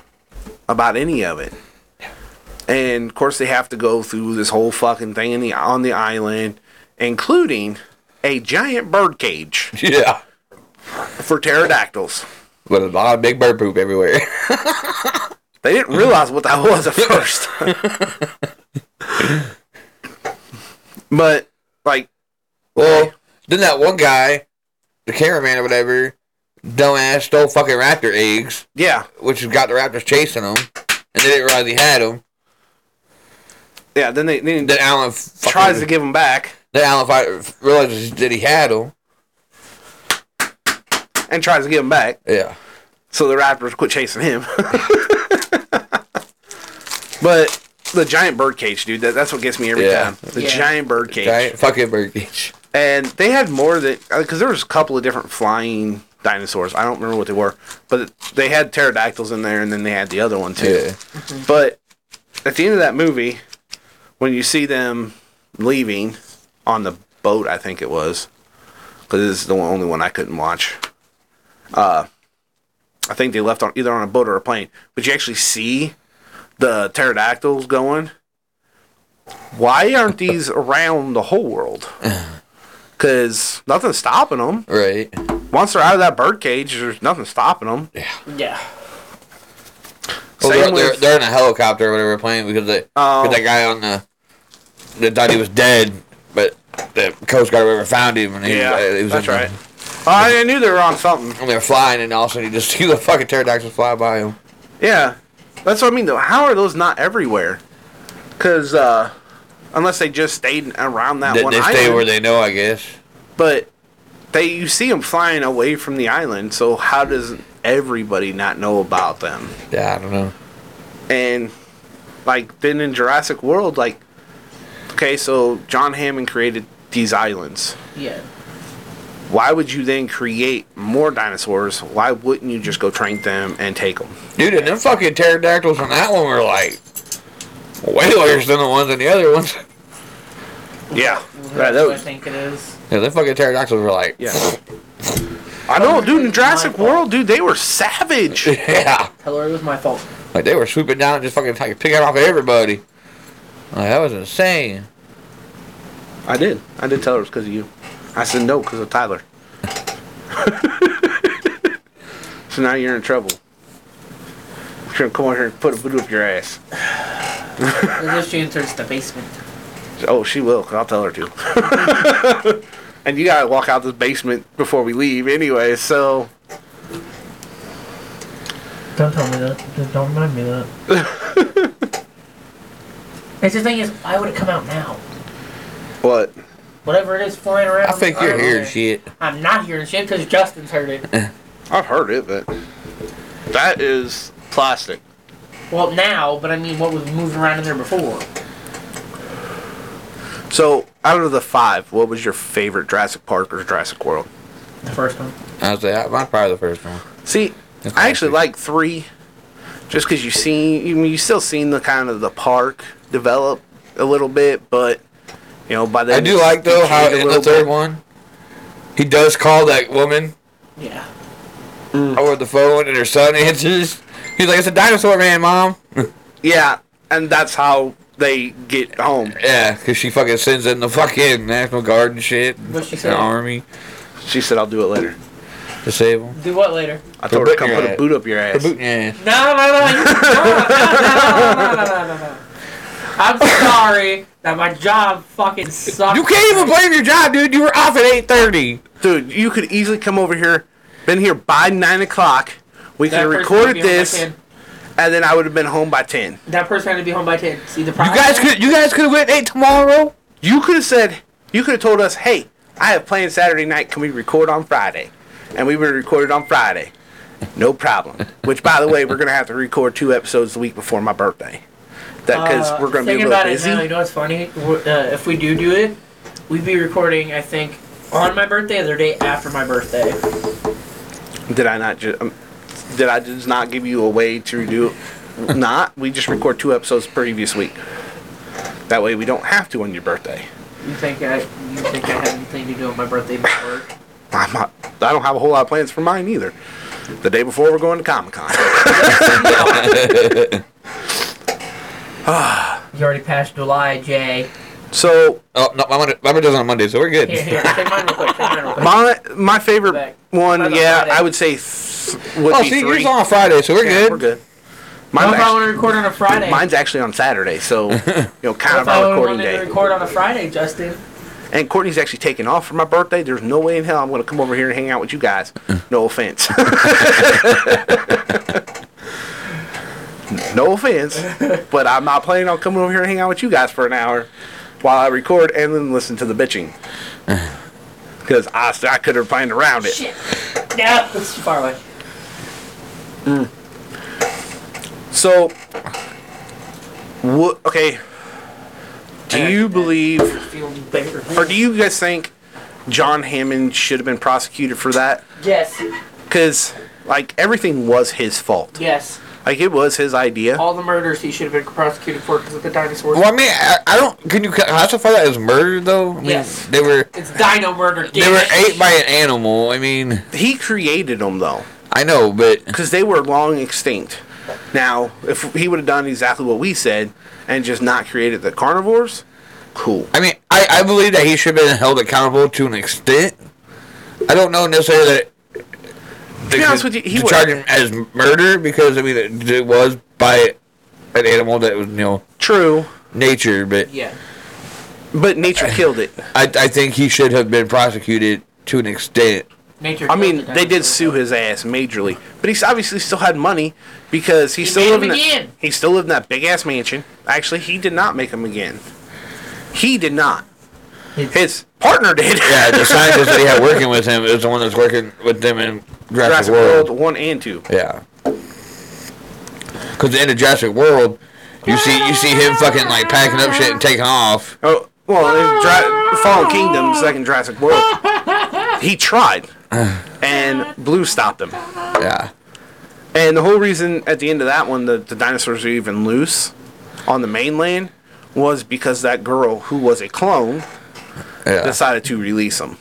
[SPEAKER 1] about any of it. And of course, they have to go through this whole fucking thing in the, on the island, including a giant bird cage
[SPEAKER 3] Yeah.
[SPEAKER 1] for pterodactyls.
[SPEAKER 3] But a lot of big bird poop everywhere.
[SPEAKER 1] They didn't realize what that was at first. But like,
[SPEAKER 3] Well, then that one guy, the cameraman or whatever, dumbass stole fucking raptor eggs,
[SPEAKER 1] yeah,
[SPEAKER 3] which has got the raptors chasing him, and they didn't realize he had them.
[SPEAKER 1] yeah. Then they, then
[SPEAKER 3] Then Alan fucking,
[SPEAKER 1] tries to give him back
[SPEAKER 3] Then Alan fi- realizes that he had them.
[SPEAKER 1] and tries to give him back.
[SPEAKER 3] Yeah.
[SPEAKER 1] So the Raptors quit chasing him. but the giant bird cage, dude, that, that's what gets me every
[SPEAKER 3] Yeah.
[SPEAKER 1] time. The
[SPEAKER 2] Yeah.
[SPEAKER 1] giant bird cage.
[SPEAKER 3] Giant fucking bird cage.
[SPEAKER 1] And they had more than because there was a couple of different flying dinosaurs. I don't remember what they were, but they had pterodactyls in there, and then they had the other one too.
[SPEAKER 3] Yeah.
[SPEAKER 1] But at the end of that movie, when you see them leaving on the boat, I think it was, because this is the only one I couldn't watch. Uh, I think they left on either on a boat or a plane, but you actually see the pterodactyls going. Why aren't these around the whole world? Because nothing's stopping them.
[SPEAKER 3] Right.
[SPEAKER 1] Once they're out of that bird cage, there's nothing stopping them.
[SPEAKER 2] Yeah.
[SPEAKER 3] Well,
[SPEAKER 1] Same
[SPEAKER 3] Oh, they're, they're,
[SPEAKER 1] with-
[SPEAKER 3] they're in a helicopter or whatever plane because they,
[SPEAKER 1] Oh.
[SPEAKER 3] because that guy on the they thought he was dead, but the Coast Guard or whatever found him and he,
[SPEAKER 1] Yeah,
[SPEAKER 3] was- he was
[SPEAKER 1] that's
[SPEAKER 3] in the-
[SPEAKER 1] right. Oh, I knew they were on something.
[SPEAKER 3] and they're flying and all of a sudden you just see the fucking pterodactyls fly by him.
[SPEAKER 1] Yeah, that's what I mean though. How are those not everywhere? Because uh, unless they just stayed around that
[SPEAKER 3] They,
[SPEAKER 1] one
[SPEAKER 3] they
[SPEAKER 1] island,
[SPEAKER 3] stay where they know, I guess.
[SPEAKER 1] but they you see them flying away from the island. So how does everybody not know about them?
[SPEAKER 3] Yeah, I don't know.
[SPEAKER 1] And like then in Jurassic World, like okay, so John Hammond created these islands.
[SPEAKER 2] Yeah.
[SPEAKER 1] Why would you then create more dinosaurs? Why wouldn't you just go train them and take them?
[SPEAKER 3] Dude, and them fucking pterodactyls on that one were like way worse than the ones on the other ones.
[SPEAKER 1] Yeah,
[SPEAKER 2] That's
[SPEAKER 1] right.
[SPEAKER 2] what I
[SPEAKER 1] That,
[SPEAKER 2] think it is.
[SPEAKER 3] Yeah, them fucking pterodactyls were like, yeah.
[SPEAKER 1] yeah. I know, dude. In Jurassic
[SPEAKER 2] My fault.
[SPEAKER 1] World, dude, they were savage.
[SPEAKER 2] Hillary was my fault.
[SPEAKER 3] Like they were swooping down and just fucking like, picking off everybody. Like, that was insane.
[SPEAKER 1] I did. I did tell her it was because of you. I said no because of Tyler. so now you're in trouble. You're gonna come over here and put a boot up your ass.
[SPEAKER 2] Unless she enters the basement.
[SPEAKER 1] Oh, she will. i I'll tell her to. and you gotta walk out this basement before we leave, anyway. So
[SPEAKER 2] Don't tell me that. Just don't remind me that. it's the thing is, why would it come out now?
[SPEAKER 1] what?
[SPEAKER 2] Whatever it is flying around.
[SPEAKER 3] I think
[SPEAKER 2] I
[SPEAKER 3] you're
[SPEAKER 2] don't
[SPEAKER 3] here
[SPEAKER 2] know.
[SPEAKER 3] and shit.
[SPEAKER 2] I'm not hearing shit because Justin's heard it.
[SPEAKER 1] I've heard it, but that is plastic.
[SPEAKER 2] well, now, but I mean, what was moving around in there before?
[SPEAKER 1] So out of the five, what was your favorite Jurassic Park or Jurassic World?
[SPEAKER 2] The first one.
[SPEAKER 3] I say that mine's probably the first one.
[SPEAKER 1] See,
[SPEAKER 3] That's
[SPEAKER 1] I actually
[SPEAKER 3] classy.
[SPEAKER 1] like three, just because you seen, you mean, you still seen the kind of the park develop a little bit, but you know by then
[SPEAKER 3] I do like though
[SPEAKER 1] it
[SPEAKER 3] how
[SPEAKER 1] changed a
[SPEAKER 3] in the
[SPEAKER 1] little
[SPEAKER 3] third
[SPEAKER 1] bit.
[SPEAKER 3] one, he does call that woman
[SPEAKER 2] Yeah.
[SPEAKER 1] Hmm.
[SPEAKER 3] over the phone and her son answers. He's like, "It's a dinosaur man, mom."
[SPEAKER 1] Yeah, and that's how they get home.
[SPEAKER 3] Yeah, because she fucking sends in the fucking national guard and shit,
[SPEAKER 2] What'd she
[SPEAKER 3] the
[SPEAKER 2] say?
[SPEAKER 3] army,
[SPEAKER 1] She said, "I'll do it later."
[SPEAKER 3] disable.
[SPEAKER 2] Do what later?
[SPEAKER 1] I
[SPEAKER 3] Put
[SPEAKER 1] told
[SPEAKER 3] a
[SPEAKER 1] her,
[SPEAKER 3] boot
[SPEAKER 1] "Come
[SPEAKER 3] in your
[SPEAKER 1] put a
[SPEAKER 3] ass.
[SPEAKER 1] boot up your ass."
[SPEAKER 3] Boot yeah.
[SPEAKER 2] No, no, no, you- no, no, no, no, no, no, no. I'm sorry that my job fucking sucks.
[SPEAKER 3] You can't even blame your job, dude. You were off at eight thirty.
[SPEAKER 1] Dude, you could easily come over here, been here by nine o'clock. We could
[SPEAKER 2] That
[SPEAKER 1] have
[SPEAKER 2] person had to
[SPEAKER 1] recorded
[SPEAKER 2] be home by
[SPEAKER 1] this,
[SPEAKER 2] 10.
[SPEAKER 1] and then I would have been home by ten.
[SPEAKER 2] That person had to be home by ten. See the
[SPEAKER 3] You
[SPEAKER 2] problem.
[SPEAKER 3] guys could, you guys could have went eight tomorrow.
[SPEAKER 1] You could have said, you could have told us, hey, I have plans Saturday night. Can we record on Friday? And we would have recorded on Friday. No problem. Which, by the way, we're going to have to record two episodes the week before my birthday. That because
[SPEAKER 2] Uh,
[SPEAKER 1] we're going to be a
[SPEAKER 2] thinking
[SPEAKER 1] little
[SPEAKER 2] about
[SPEAKER 1] busy.
[SPEAKER 2] It now, you know what's funny? We're- Uh, if we do do it, we'd be recording. I think on my birthday, or the day after my birthday.
[SPEAKER 1] Did I not just? Um, did I just not give you a way to do? not. We just record two episodes previous week. That way we don't have to on your birthday.
[SPEAKER 2] You think I? You think I have anything to do on my birthday but work?
[SPEAKER 1] I'm not, I don't have a whole lot of plans for mine either. The day before we're going to Comic Con.
[SPEAKER 2] You already passed July, Jay.
[SPEAKER 1] so
[SPEAKER 3] Oh no, my Monday, my birthday's on Monday, so we're good.
[SPEAKER 2] Here, here, take mine real quick. Take mine real quick.
[SPEAKER 1] My my favorite
[SPEAKER 2] Back.
[SPEAKER 1] one,
[SPEAKER 2] Back on
[SPEAKER 1] yeah,
[SPEAKER 2] Friday.
[SPEAKER 1] I would say th- would
[SPEAKER 3] Oh,
[SPEAKER 1] be
[SPEAKER 3] see,
[SPEAKER 1] three.
[SPEAKER 3] yours on Friday, so we're
[SPEAKER 1] Yeah,
[SPEAKER 3] good.
[SPEAKER 1] We're good.
[SPEAKER 2] What
[SPEAKER 1] Mine's,
[SPEAKER 2] if I want to
[SPEAKER 1] actually,
[SPEAKER 2] record on a Friday?
[SPEAKER 1] mine's actually on Saturday, so you know, kind of
[SPEAKER 2] what if I
[SPEAKER 1] our
[SPEAKER 2] wanted
[SPEAKER 1] recording
[SPEAKER 2] to
[SPEAKER 1] day.
[SPEAKER 2] record on a Friday, Justin?
[SPEAKER 1] And Courtney's actually taking off for my birthday. There's no way in hell I'm going to come over here and hang out with you guys. No offense. no offense, but I'm not planning on coming over here and hang out with you guys for an hour while I record and then listen to the bitching. Because I, I could have planned around it.
[SPEAKER 2] Shit. No, it's too far away.
[SPEAKER 1] So, what? Okay. Do you believe,
[SPEAKER 2] Field Baker.
[SPEAKER 1] or do you guys think John Hammond should have been prosecuted for that?
[SPEAKER 2] Yes,
[SPEAKER 1] Because, like, everything was his fault.
[SPEAKER 2] yes.
[SPEAKER 1] Like, it was his idea.
[SPEAKER 2] All the murders he should have been prosecuted for because of the dinosaurs.
[SPEAKER 3] Well, I mean, I, I don't. Can you classify that as murder, though? I mean,
[SPEAKER 2] Yes.
[SPEAKER 3] They were
[SPEAKER 2] It's dino murder.
[SPEAKER 3] they were ate by an animal. I mean,
[SPEAKER 1] He created them, though,
[SPEAKER 3] I know, but
[SPEAKER 1] because they were long extinct. Now, if he would have done exactly what we said and just not created the carnivores, cool.
[SPEAKER 3] I mean, I, I believe that he should have been held accountable to an extent. I don't know necessarily that. To
[SPEAKER 1] be honest with you, he
[SPEAKER 3] to
[SPEAKER 1] would-
[SPEAKER 3] charge him as murder because I mean it, it was by an animal that was you know
[SPEAKER 1] True,
[SPEAKER 3] nature, but
[SPEAKER 2] Yeah.
[SPEAKER 1] but nature killed it.
[SPEAKER 3] I I think he should have been prosecuted to an extent.
[SPEAKER 2] Nature.
[SPEAKER 1] I
[SPEAKER 2] killed
[SPEAKER 1] mean,
[SPEAKER 2] the
[SPEAKER 1] they did
[SPEAKER 2] dinosaurs.
[SPEAKER 1] sue his ass majorly, but he's obviously still had money because he's
[SPEAKER 2] He
[SPEAKER 1] still
[SPEAKER 2] made 'em
[SPEAKER 1] living.
[SPEAKER 2] again.
[SPEAKER 1] He still lived in that big ass mansion. Actually, he did not make him again. He did not. His partner did.
[SPEAKER 3] Yeah, the scientist that he had working with him is the one that's working with them in
[SPEAKER 1] Jurassic
[SPEAKER 3] Jurassic, World.
[SPEAKER 1] World one and two.
[SPEAKER 3] Yeah. Because in the Jurassic World, you see you see him fucking like packing up shit and taking off.
[SPEAKER 1] Oh, well, in Dra- Fallen Kingdom, second Jurassic World, he tried, and Blue stopped him.
[SPEAKER 3] Yeah.
[SPEAKER 1] And the whole reason at the end of that one, the, the dinosaurs were even loose on the mainland, was because that girl who was a clone
[SPEAKER 3] Yeah.
[SPEAKER 1] decided to release him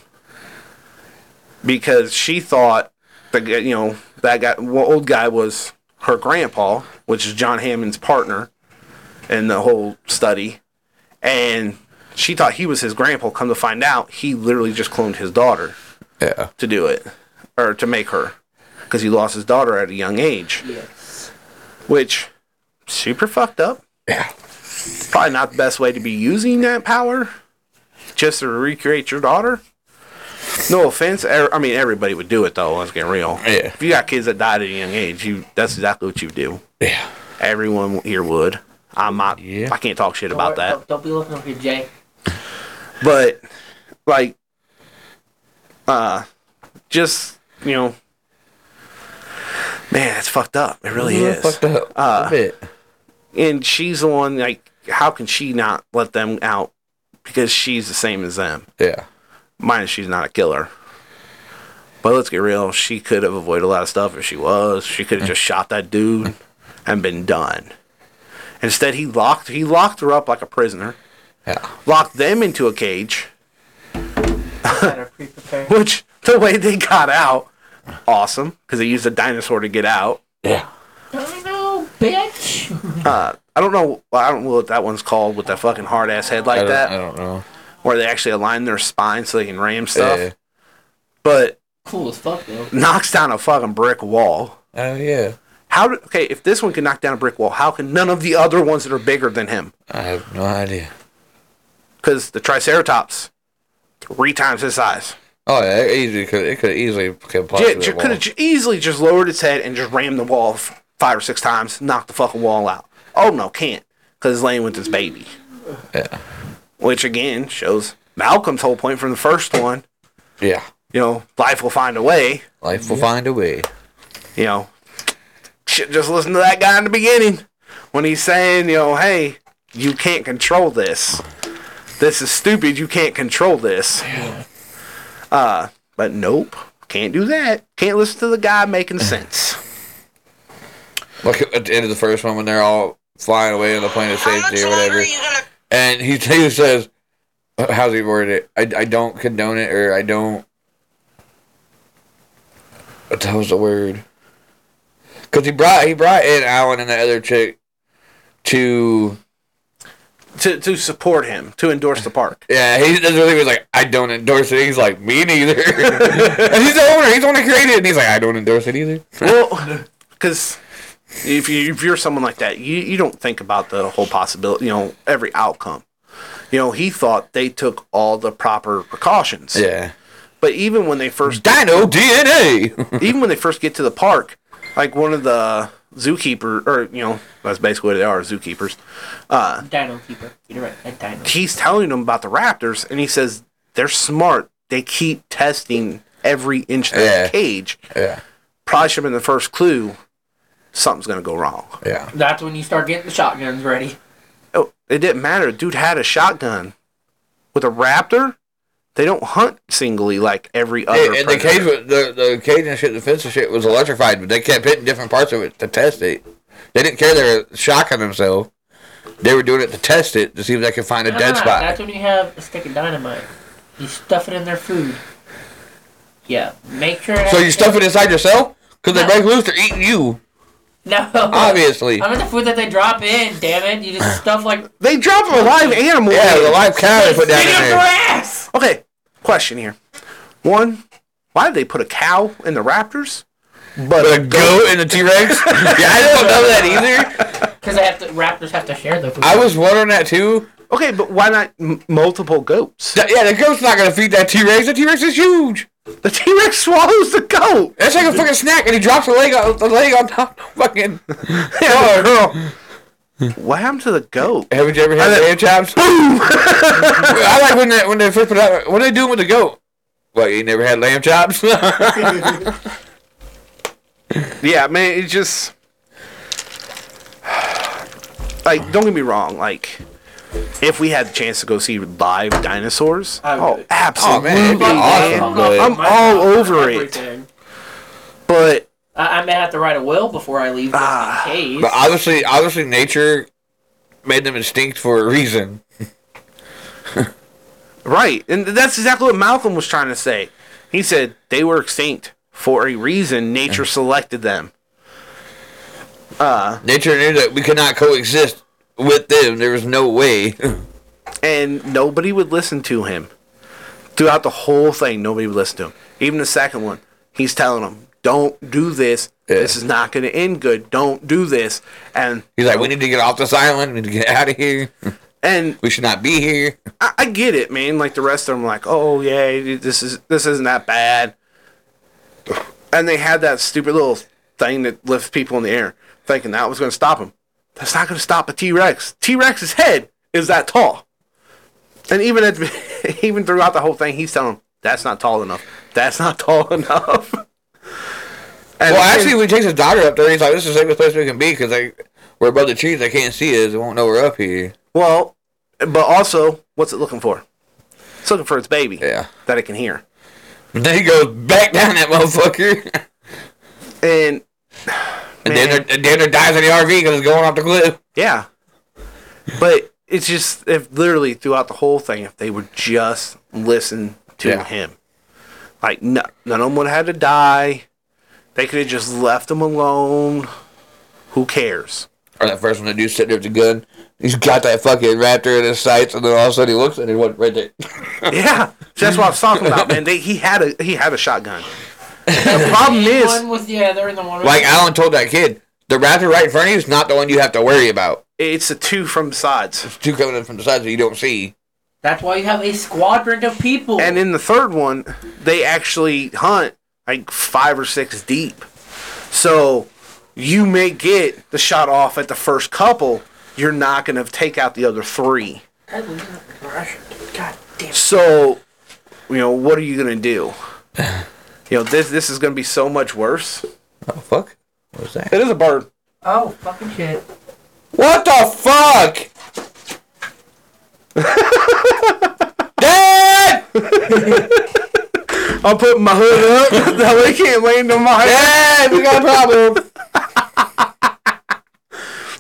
[SPEAKER 1] because she thought the g- you know that guy well, old guy was her grandpa, which is John Hammond's partner in the whole study, and she thought he was his grandpa. Come to find out, he literally just cloned his daughter
[SPEAKER 3] Yeah.
[SPEAKER 1] to do it or to make her because he lost his daughter at a young age,
[SPEAKER 2] Yes.
[SPEAKER 1] which super fucked up.
[SPEAKER 3] Yeah.
[SPEAKER 1] Probably not the best way to be using that power. Just to recreate your daughter. No offense. er- I mean, everybody would do it though. Let's get real.
[SPEAKER 3] Yeah.
[SPEAKER 1] If you got kids that died at a young age, you that's exactly what you do.
[SPEAKER 3] Yeah.
[SPEAKER 1] Everyone here would. I'm not.
[SPEAKER 3] Yeah.
[SPEAKER 1] I can't talk shit about that.
[SPEAKER 2] Don't, don't be looking up your Jay.
[SPEAKER 1] But like, uh, just you know, man, it's fucked up. It really is.
[SPEAKER 3] Fucked up.
[SPEAKER 1] Uh,
[SPEAKER 3] a bit.
[SPEAKER 1] and she's the one like how can she not let them out because she's the same as them
[SPEAKER 3] Yeah.
[SPEAKER 1] minus she's not a killer but let's get real she could have avoided a lot of stuff if she was she
[SPEAKER 3] Mm.
[SPEAKER 1] could have just shot that dude and been done instead he locked he locked her up like a prisoner
[SPEAKER 3] Yeah.
[SPEAKER 1] locked them into a cage
[SPEAKER 2] Better pre-prepare.
[SPEAKER 1] which the way they got out awesome because they used a dinosaur to get out
[SPEAKER 3] Yeah.
[SPEAKER 2] Dino, bitch.
[SPEAKER 1] uh, i don't know i don't know what that one's called with that fucking hard ass head
[SPEAKER 3] I
[SPEAKER 1] like
[SPEAKER 3] don't,
[SPEAKER 1] that
[SPEAKER 3] I don't know.
[SPEAKER 1] where they actually align their spine so they can ram stuff.
[SPEAKER 3] Yeah.
[SPEAKER 1] But
[SPEAKER 2] Cool as fuck though.
[SPEAKER 1] knocks down a fucking brick wall.
[SPEAKER 3] Oh yeah.
[SPEAKER 1] How do, okay, if this one can knock down a brick wall, how can none of the other ones that are bigger than him?
[SPEAKER 3] I have no idea.
[SPEAKER 1] Because the Triceratops, three times his size.
[SPEAKER 3] Oh yeah, it easily could it could easily could apply
[SPEAKER 1] J-
[SPEAKER 3] to
[SPEAKER 1] j-
[SPEAKER 3] that
[SPEAKER 1] could have j-
[SPEAKER 3] wall.
[SPEAKER 1] easily just lowered its head and just rammed the wall f- five or six times, knocked the fucking wall out. Oh no, can't because it's laying with its baby.
[SPEAKER 3] Yeah.
[SPEAKER 1] Which again shows Malcolm's whole point from the first one.
[SPEAKER 3] Yeah.
[SPEAKER 1] You know, life will find a way.
[SPEAKER 3] Life will find a way.
[SPEAKER 1] you know, shit, just listen to that guy in the beginning when he's saying, you know, hey, you can't control this. This is stupid. You can't control this. Uh, but nope, can't do that. Can't listen to the guy making sense.
[SPEAKER 3] Like at the end of the first one when they're all flying away on the plane of safety or whatever. And he, he says, how's he worded it? I, I don't condone it or I don't. What the hell's the word? Because he brought, he brought in Alan and the other chick to.
[SPEAKER 1] To, to support him, to endorse the park.
[SPEAKER 3] Yeah, he that's what he was like. I don't endorse it. He's like me neither. and he's the owner. He's the one that created it. And he's like, I don't endorse it either.
[SPEAKER 1] Well, because If you if you're someone like that, you, you don't think about the whole possibility. You know every outcome. You know he thought they took all the proper precautions.
[SPEAKER 3] Yeah.
[SPEAKER 1] But even when they first
[SPEAKER 3] Dino DNA.
[SPEAKER 1] even when they first get to the park, like one of the zookeeper or you know that's basically what they are zookeepers.
[SPEAKER 2] Dino keeper. You're right. That dino.
[SPEAKER 1] He's telling them about the raptors, and he says they're smart. They keep testing every inch of
[SPEAKER 3] Yeah.
[SPEAKER 1] the cage.
[SPEAKER 3] yeah.
[SPEAKER 1] Price him in the first clue. Something's gonna go wrong.
[SPEAKER 3] Yeah.
[SPEAKER 2] That's when you start getting the shotguns ready.
[SPEAKER 1] Oh, it didn't matter. Dude had a shotgun with a raptor. They don't hunt singly like every other.
[SPEAKER 3] and the cage, was, the the cage and shit, the fence and shit was electrified, but they kept hitting different parts of it to test it. They didn't care they were shocking themselves. They were doing it to test it to see if they could find a dead
[SPEAKER 2] Ah,
[SPEAKER 3] spot.
[SPEAKER 2] That's when you have a stick of dynamite. You stuff it in their food. Yeah. Make sure.
[SPEAKER 3] So you stuff it inside yourself? Because they
[SPEAKER 2] No.
[SPEAKER 3] break loose, they're eating you.
[SPEAKER 2] No.
[SPEAKER 3] Obviously.
[SPEAKER 2] I meant the food that they drop in. Damn it! You just stuff like.
[SPEAKER 1] they drop a live animal.
[SPEAKER 3] Yeah,
[SPEAKER 1] in.
[SPEAKER 3] the live cow they put down
[SPEAKER 2] Feed
[SPEAKER 3] in
[SPEAKER 2] 'em
[SPEAKER 3] there.
[SPEAKER 2] grass.
[SPEAKER 1] Okay, question here. One, why did they put a cow in the raptors?
[SPEAKER 3] But a goat and a T Rex? yeah, I don't know that either.
[SPEAKER 2] Because they have to. Raptors have to share the food.
[SPEAKER 3] I was wondering that too.
[SPEAKER 1] Okay, but why not m- multiple goats?
[SPEAKER 3] Th- yeah, the goat's not gonna feed that T Rex. That T Rex is huge.
[SPEAKER 1] The T Rex swallows the goat.
[SPEAKER 3] That's like a fucking snack, and he drops a leg on the leg on top. of the Fucking.
[SPEAKER 1] Yeah, girl. What happened to the goat?
[SPEAKER 3] Haven't you ever had lamb chops? Boom! I like when they when they flip it out. What are they doing with the goat? What you never had lamb chops?
[SPEAKER 1] Yeah, man, it just like don't get me wrong, like if we had the chance to go see live dinosaurs,
[SPEAKER 2] I would.
[SPEAKER 1] oh,
[SPEAKER 3] oh
[SPEAKER 1] absolutely,
[SPEAKER 3] man, it'd be
[SPEAKER 1] man.
[SPEAKER 3] awesome. but-
[SPEAKER 1] I'm all over it. But
[SPEAKER 2] I, I may have to write a will before I leave, just
[SPEAKER 1] Ah.
[SPEAKER 2] in case.
[SPEAKER 3] But obviously, obviously, nature made them extinct for a reason.
[SPEAKER 1] right, and that's exactly what Malcolm was trying to say. He said they were extinct for a reason.
[SPEAKER 3] Mm-hmm.
[SPEAKER 1] Nature selected them.
[SPEAKER 3] Nature knew that we could not coexist with them. There was no way.
[SPEAKER 1] and nobody would listen to him. Throughout the whole thing, nobody would listen to him. Even the second one, he's telling them, "Don't do this.
[SPEAKER 3] Yeah.
[SPEAKER 1] This is not going to end good. Don't do this." And
[SPEAKER 3] He's like, we need to get off this island. We need to get out of here.
[SPEAKER 1] and
[SPEAKER 3] We should not be here.
[SPEAKER 1] I, I get it, man. Like the rest of them, like, "Oh yeah, this is this isn't that bad." And they had that stupid little thing that lifts people in the air, thinking that was going to stop him. That's not going to stop a T Rex. T Rex's head is that tall. And even at, even throughout the whole thing, he's telling him, that's not tall enough. That's not tall enough. And
[SPEAKER 3] Well, actually, when he takes his daughter up there, he's like, this is the safest place we can be because we're above the trees. They can't see us. They won't know we're up here.
[SPEAKER 1] well, but also, what's it looking for? It's looking for its baby
[SPEAKER 3] Yeah.
[SPEAKER 1] that it can hear.
[SPEAKER 3] And then he goes back down that motherfucker.
[SPEAKER 1] And
[SPEAKER 3] and
[SPEAKER 1] Man.
[SPEAKER 3] then there- and then there dies in the RV because it's going off the cliff.
[SPEAKER 1] Yeah. But it's just if literally throughout the whole thing, if they would just listen to
[SPEAKER 3] Yeah.
[SPEAKER 1] him, like no, none of them would have had to die. They could have just left him alone. Who cares?
[SPEAKER 3] Or that first one that dude sitting there with the gun. He's got that fucking raptor in his sights, and then all of a sudden he looks and it went right there.
[SPEAKER 1] yeah, that's what I was talking about, man. They, he had a he had a shotgun. The problem is,
[SPEAKER 2] one was the other, and the one was
[SPEAKER 3] Like Alan told that kid, the raptor right in front of you is not the one you have to worry about.
[SPEAKER 1] it's the two from the sides,
[SPEAKER 3] Two coming in from the sides that you don't see.
[SPEAKER 2] That's why you have a squadron of people.
[SPEAKER 1] and in the third one, they actually hunt like five or six deep. So you may get the shot off at the first couple. You're not going to take out the other three.
[SPEAKER 2] I lose it. I should- God damn. it.
[SPEAKER 1] So, you know, what are you going to do? You know, this this is going to be so much worse.
[SPEAKER 3] Oh fuck! What was that?
[SPEAKER 1] It is a bird.
[SPEAKER 2] Oh fucking shit!
[SPEAKER 3] What the fuck? Dad!
[SPEAKER 1] I'm putting my hood up. that way it can't land on my head.
[SPEAKER 3] Dad, we got a problem.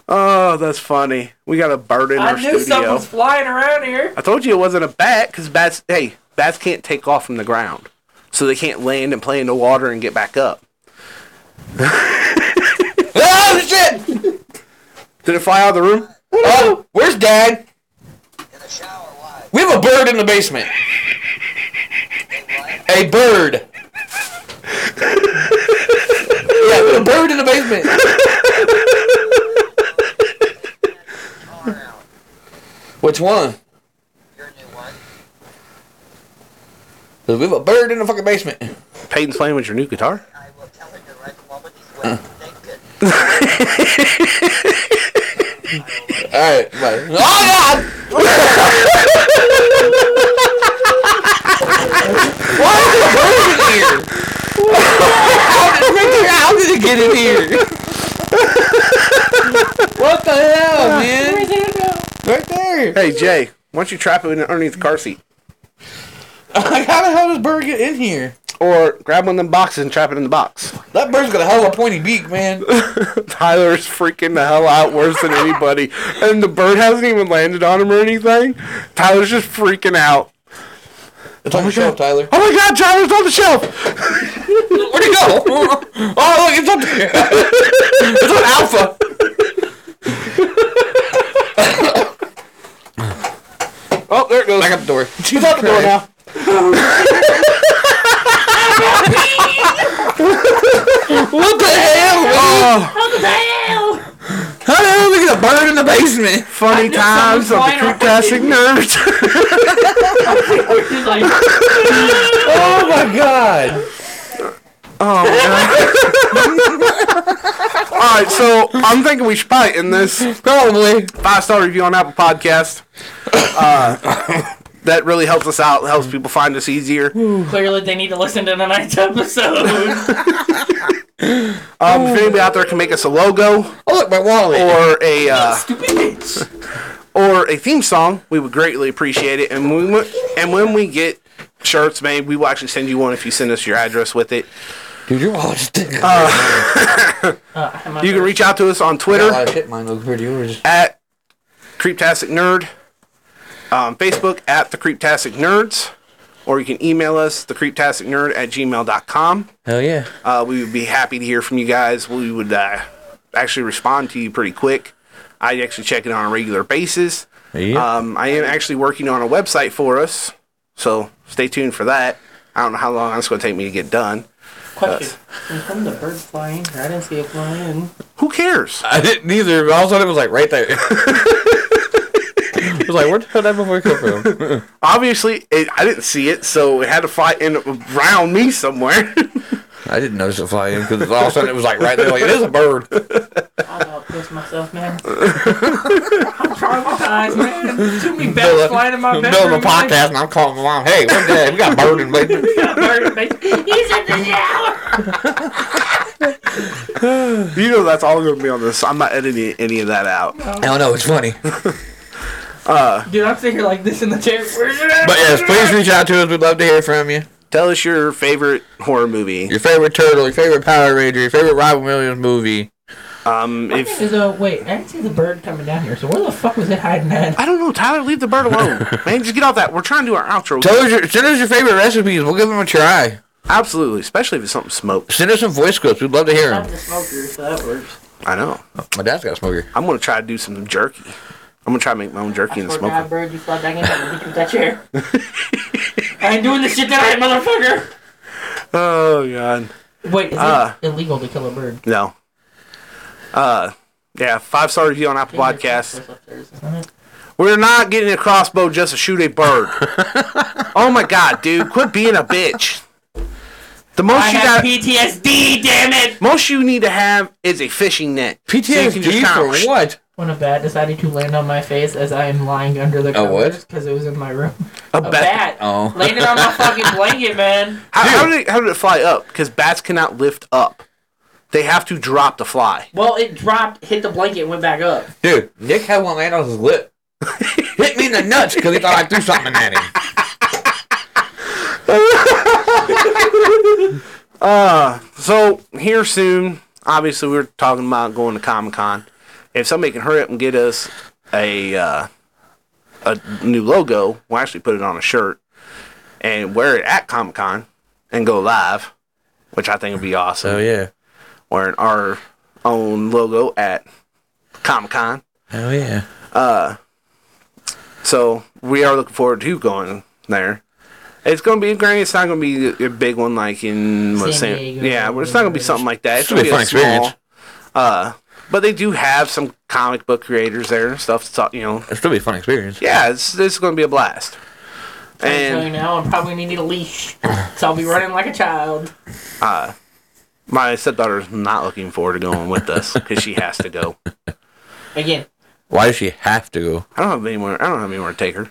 [SPEAKER 1] Oh, that's funny. We got a bird in
[SPEAKER 2] I
[SPEAKER 1] our
[SPEAKER 2] knew
[SPEAKER 1] studio.
[SPEAKER 2] something was flying around here.
[SPEAKER 1] I told you it wasn't a bat because bats, hey, bats can't take off from the ground. So they can't land and play in the water and get back up.
[SPEAKER 3] oh shit!
[SPEAKER 1] Did it fly out of the room?
[SPEAKER 3] Oh, where's Dad?
[SPEAKER 4] In the shower, why?
[SPEAKER 3] We have a bird in the basement.
[SPEAKER 4] Why?
[SPEAKER 3] A bird. yeah, a bird in the basement. Which one?
[SPEAKER 4] Your new one.
[SPEAKER 3] Cause we have a bird in the fucking basement.
[SPEAKER 1] Peyton's playing with your new guitar.
[SPEAKER 4] I will tell him you're right the moment he's wet and naked.
[SPEAKER 3] All right, bye. Oh God! Why is the bird in here? how, did, Ricky, how did it get in here? what the hell, man? Right there.
[SPEAKER 1] Hey Jay, why don't you trap it in underneath the car seat,
[SPEAKER 3] Like, how the hell does bird get in here?
[SPEAKER 1] or grab one of them boxes and trap it in the box?
[SPEAKER 3] That bird's got a hell of a pointy beak, man.
[SPEAKER 1] Tyler's freaking the hell out worse than anybody, and the bird hasn't even landed on him or anything. Tyler's just freaking out.
[SPEAKER 3] It's on the shelf, Tyler.
[SPEAKER 1] Oh my God, Tyler's on the shelf.
[SPEAKER 3] Where'd it go? Oh, look, it's up there. it's on Alpha.
[SPEAKER 1] Oh, there it goes.
[SPEAKER 3] Back up the door.
[SPEAKER 1] She's out the door now.
[SPEAKER 3] What the hell?
[SPEAKER 1] Oh,
[SPEAKER 3] How the hell we get a bird in the basement?
[SPEAKER 1] funny
[SPEAKER 2] knew
[SPEAKER 1] times of the
[SPEAKER 2] someone was
[SPEAKER 1] Creek
[SPEAKER 2] lying
[SPEAKER 1] Classic Nerds.
[SPEAKER 2] He's like,
[SPEAKER 3] Oh my god.
[SPEAKER 1] Oh, man. All right, so I'm thinking we should probably end this
[SPEAKER 3] Probably.
[SPEAKER 1] five star review on Apple Podcast. Uh, that really helps us out. Helps people find us easier.
[SPEAKER 2] clearly they need to listen to tonight's episode.
[SPEAKER 1] Um, if anybody out there can make us a logo
[SPEAKER 3] Oh look, my wallet.
[SPEAKER 1] or a uh,
[SPEAKER 2] Stupid bitch.
[SPEAKER 1] or a theme song, we would greatly appreciate it. And when we, and when we get shirts made, we will actually send you one if you send us your address with it.
[SPEAKER 3] Dude, your wallet's thick.
[SPEAKER 2] Uh, I'm not
[SPEAKER 1] You can
[SPEAKER 2] sure.
[SPEAKER 1] reach out to us on
[SPEAKER 3] a
[SPEAKER 1] Twitter
[SPEAKER 3] lot of shit mine looks pretty yours.
[SPEAKER 1] at Creeptastic Nerd, um, Facebook at The Creeptastic Nerds, or you can email us, TheCreeptasticNerd at gmail.com.
[SPEAKER 3] Hell yeah.
[SPEAKER 1] Uh, we would be happy to hear from you guys. We would uh, actually respond to you pretty quick. I actually check it on a regular basis.
[SPEAKER 3] Yeah.
[SPEAKER 1] Um, I am actually working on a website for us, so stay tuned for that. I don't know how long it's going to take me to get done.
[SPEAKER 2] Question. From the bird flying, I didn't see it flying.
[SPEAKER 1] Who cares?
[SPEAKER 3] I didn't either, but all of a sudden it was like right there. I was like, where the hell did that before come from?
[SPEAKER 1] Obviously, it, I didn't see it, so it had to fly in around me somewhere.
[SPEAKER 3] I didn't notice it flying because all of a sudden it was like right there. Like it is a bird.
[SPEAKER 2] I about pissed myself, man. I'm traumatized, man. Too many bats
[SPEAKER 3] Bill-
[SPEAKER 2] flying in my
[SPEAKER 3] I'm
[SPEAKER 2] bedroom.
[SPEAKER 3] building a
[SPEAKER 2] man.
[SPEAKER 3] podcast and I'm calling my mom. Hey, what the heck? We got a bird in the basement.
[SPEAKER 2] Bird bait. He's in the shower.
[SPEAKER 1] you know that's all going to be on this. I'm not editing any of that out.
[SPEAKER 3] I don't know. It's funny.
[SPEAKER 2] Dude, I'm sitting here like this in the chair. Where's it at?
[SPEAKER 3] But yes, please reach out to us. We'd love to hear from you.
[SPEAKER 1] Tell us your favorite horror movie.
[SPEAKER 3] Your favorite turtle, your favorite Power Ranger, your favorite Robin Williams movie.
[SPEAKER 1] Um, if
[SPEAKER 2] Is, uh, wait, I didn't see the bird coming down here. So where the fuck was it hiding at?
[SPEAKER 1] I don't know, Tyler, leave the bird alone, man. Just get off that. We're trying to do our outro.
[SPEAKER 3] Tell us your, send us your favorite recipes. We'll give them a try.
[SPEAKER 1] Absolutely, especially if it's something smoked.
[SPEAKER 3] Send us some voice clips. We'd love to hear
[SPEAKER 2] I'm
[SPEAKER 3] them.
[SPEAKER 2] the smoker, so that works.
[SPEAKER 1] I know.
[SPEAKER 3] My dad's got a smoker.
[SPEAKER 1] I'm going to try to do some jerky. I'm going to try to make my own jerky and
[SPEAKER 2] Poor
[SPEAKER 1] smoke
[SPEAKER 2] God,
[SPEAKER 1] it.
[SPEAKER 2] bird, you fly back in. I'm gonna hit you with that chair. I ain't doing this shit tonight, motherfucker.
[SPEAKER 1] Oh, God.
[SPEAKER 2] Wait, is
[SPEAKER 1] Uh.
[SPEAKER 2] it illegal to kill a bird?
[SPEAKER 1] No. Uh, yeah, five star review on Apple Podcasts. We're not getting a crossbow just to shoot a bird. oh my god, dude, quit being a bitch. The
[SPEAKER 2] I
[SPEAKER 1] most you
[SPEAKER 2] have
[SPEAKER 1] got,
[SPEAKER 2] PTSD, damn it!
[SPEAKER 1] most you need to have is a fishing net. So you can
[SPEAKER 3] PTSD
[SPEAKER 1] just kinda
[SPEAKER 3] for what?
[SPEAKER 2] When a bat decided to land on my face as I am lying under the
[SPEAKER 3] A what?
[SPEAKER 2] covers because it was in my room.
[SPEAKER 1] A
[SPEAKER 2] A
[SPEAKER 1] bat.
[SPEAKER 2] bat
[SPEAKER 3] Oh.
[SPEAKER 2] landed on my fucking blanket, man.
[SPEAKER 1] How, how did it, how did it fly up? Because bats cannot lift up. They have to drop to fly.
[SPEAKER 2] Well, it dropped, hit the blanket, and went back up.
[SPEAKER 3] Dude, Nick had one land on his lip. Hit me in the nuts because he thought I threw something at him.
[SPEAKER 1] So here soon, obviously we are talking about going to Comic Con. If somebody can hurry up and get us a uh, a new logo, we'll actually put it on a shirt and wear it at Comic Con and go live, which I think would be awesome.
[SPEAKER 3] Oh, yeah.
[SPEAKER 1] Wearing our own logo at Comic Con.
[SPEAKER 3] Hell Oh, yeah.
[SPEAKER 1] So we are looking forward to going there. It's going to be great. It's not going to be a big one like in what,
[SPEAKER 2] San
[SPEAKER 1] San
[SPEAKER 2] Diego.
[SPEAKER 1] Yeah, well, it's not going to be something like that. It's
[SPEAKER 3] It'll
[SPEAKER 1] going
[SPEAKER 3] be
[SPEAKER 1] to be
[SPEAKER 3] a
[SPEAKER 1] a
[SPEAKER 3] fun
[SPEAKER 1] small.
[SPEAKER 3] experience.
[SPEAKER 1] Uh, But they do have some comic book creators there and stuff to talk. You know,
[SPEAKER 3] It'll still be a fun experience.
[SPEAKER 1] yeah, it's it's going to be a blast.
[SPEAKER 2] I'm telling you
[SPEAKER 1] And
[SPEAKER 2] now, I'm probably gonna need a leash, so I'll be running like a child.
[SPEAKER 1] my stepdaughter's not looking forward to going with us because she has to go. I
[SPEAKER 2] Again,
[SPEAKER 3] Why does she have to go?
[SPEAKER 1] don't have anywhere. I don't have anywhere to take her.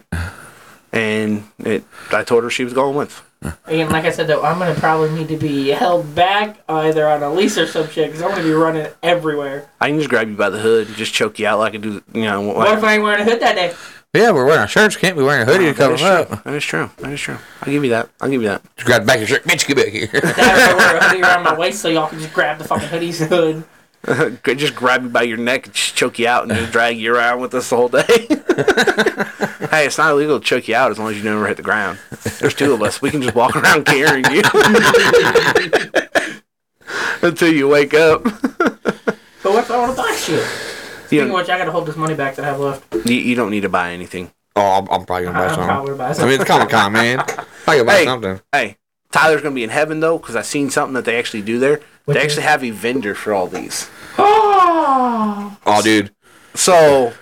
[SPEAKER 1] And it, I told her she was going with.
[SPEAKER 2] again, like I said though, I'm gonna probably need to be held back either on a leash or some shit because I'm gonna be running everywhere.
[SPEAKER 1] I can just grab you by the hood and just choke you out like I do. You know, like,
[SPEAKER 2] What if I ain't wearing a hood that day?
[SPEAKER 3] Yeah, we're wearing our shirts. Can't be wearing a hoodie to
[SPEAKER 1] that
[SPEAKER 3] cover
[SPEAKER 1] is
[SPEAKER 3] them up.
[SPEAKER 1] true. That is true. That is true. I'll give you that. I'll give you that.
[SPEAKER 3] Just grab the back of your shirt. Bitch, get back here.
[SPEAKER 2] That or I wear a hoodie around my waist so y'all can just grab the fucking hoodie's hood.
[SPEAKER 1] Could just grab you by your neck and just choke you out and just drag you around with us the whole day. hey, it's not illegal to choke you out as long as you never hit the ground. There's two of us. We can just walk around carrying you until you wake up.
[SPEAKER 2] But what if I want to buy shit? Speaking
[SPEAKER 1] You,
[SPEAKER 2] of
[SPEAKER 1] don't-
[SPEAKER 2] which, I gotta hold this money back that I have left.
[SPEAKER 1] you, you don't need to buy anything.
[SPEAKER 3] oh, I'm, I'm probably gonna buy
[SPEAKER 2] I'm probably
[SPEAKER 3] something.
[SPEAKER 2] gonna buy
[SPEAKER 3] I mean,
[SPEAKER 2] something.
[SPEAKER 3] it's Comic Con, man. I can buy
[SPEAKER 1] Hey.
[SPEAKER 3] something.
[SPEAKER 1] Hey, Tyler's gonna be in heaven though, because I seen something that they actually do there.
[SPEAKER 2] What
[SPEAKER 1] they
[SPEAKER 2] is-
[SPEAKER 1] actually have a vendor for all these.
[SPEAKER 2] Oh,
[SPEAKER 3] Oh, dude,
[SPEAKER 1] So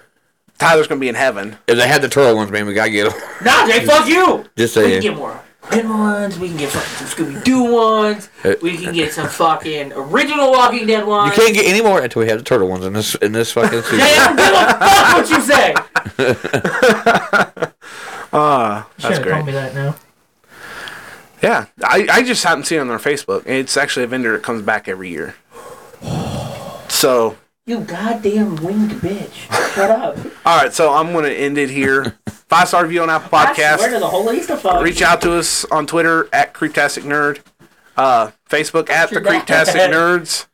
[SPEAKER 1] Tyler's gonna be in heaven.
[SPEAKER 3] if they had the turtle ones, man, we gotta get them.
[SPEAKER 2] nah, Jay, fuck you.
[SPEAKER 3] Just
[SPEAKER 2] We can
[SPEAKER 3] saying.
[SPEAKER 2] get more Quinn ones. We can get fucking some Scooby Doo ones. We can get some fucking original Walking Dead
[SPEAKER 3] Uh, You
[SPEAKER 2] ones.
[SPEAKER 3] can't get any more until we have the turtle ones in this in this fucking
[SPEAKER 2] Jay,
[SPEAKER 3] suit.
[SPEAKER 2] I don't give a fuck what you say.
[SPEAKER 1] Ah, that's
[SPEAKER 2] Should've
[SPEAKER 1] great.
[SPEAKER 2] told me that now.
[SPEAKER 1] Yeah, I, I just haven't seen it on their Facebook. It's actually a vendor that comes back every year. So,
[SPEAKER 2] You goddamn winged bitch. Shut up.
[SPEAKER 1] all right, so I'm going to end it here. Five star review on Apple
[SPEAKER 2] I swear to
[SPEAKER 1] Podcast.
[SPEAKER 2] the holy Easter fuck.
[SPEAKER 1] Reach out to us on Twitter at Creeptastic Nerd, uh, Facebook at the Creeptastic Nerds,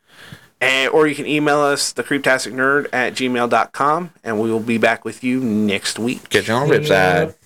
[SPEAKER 1] and, or you can email us the Creeptastic Nerd at gmail.com, and we will be back with you next week.
[SPEAKER 3] Get you on the rip side.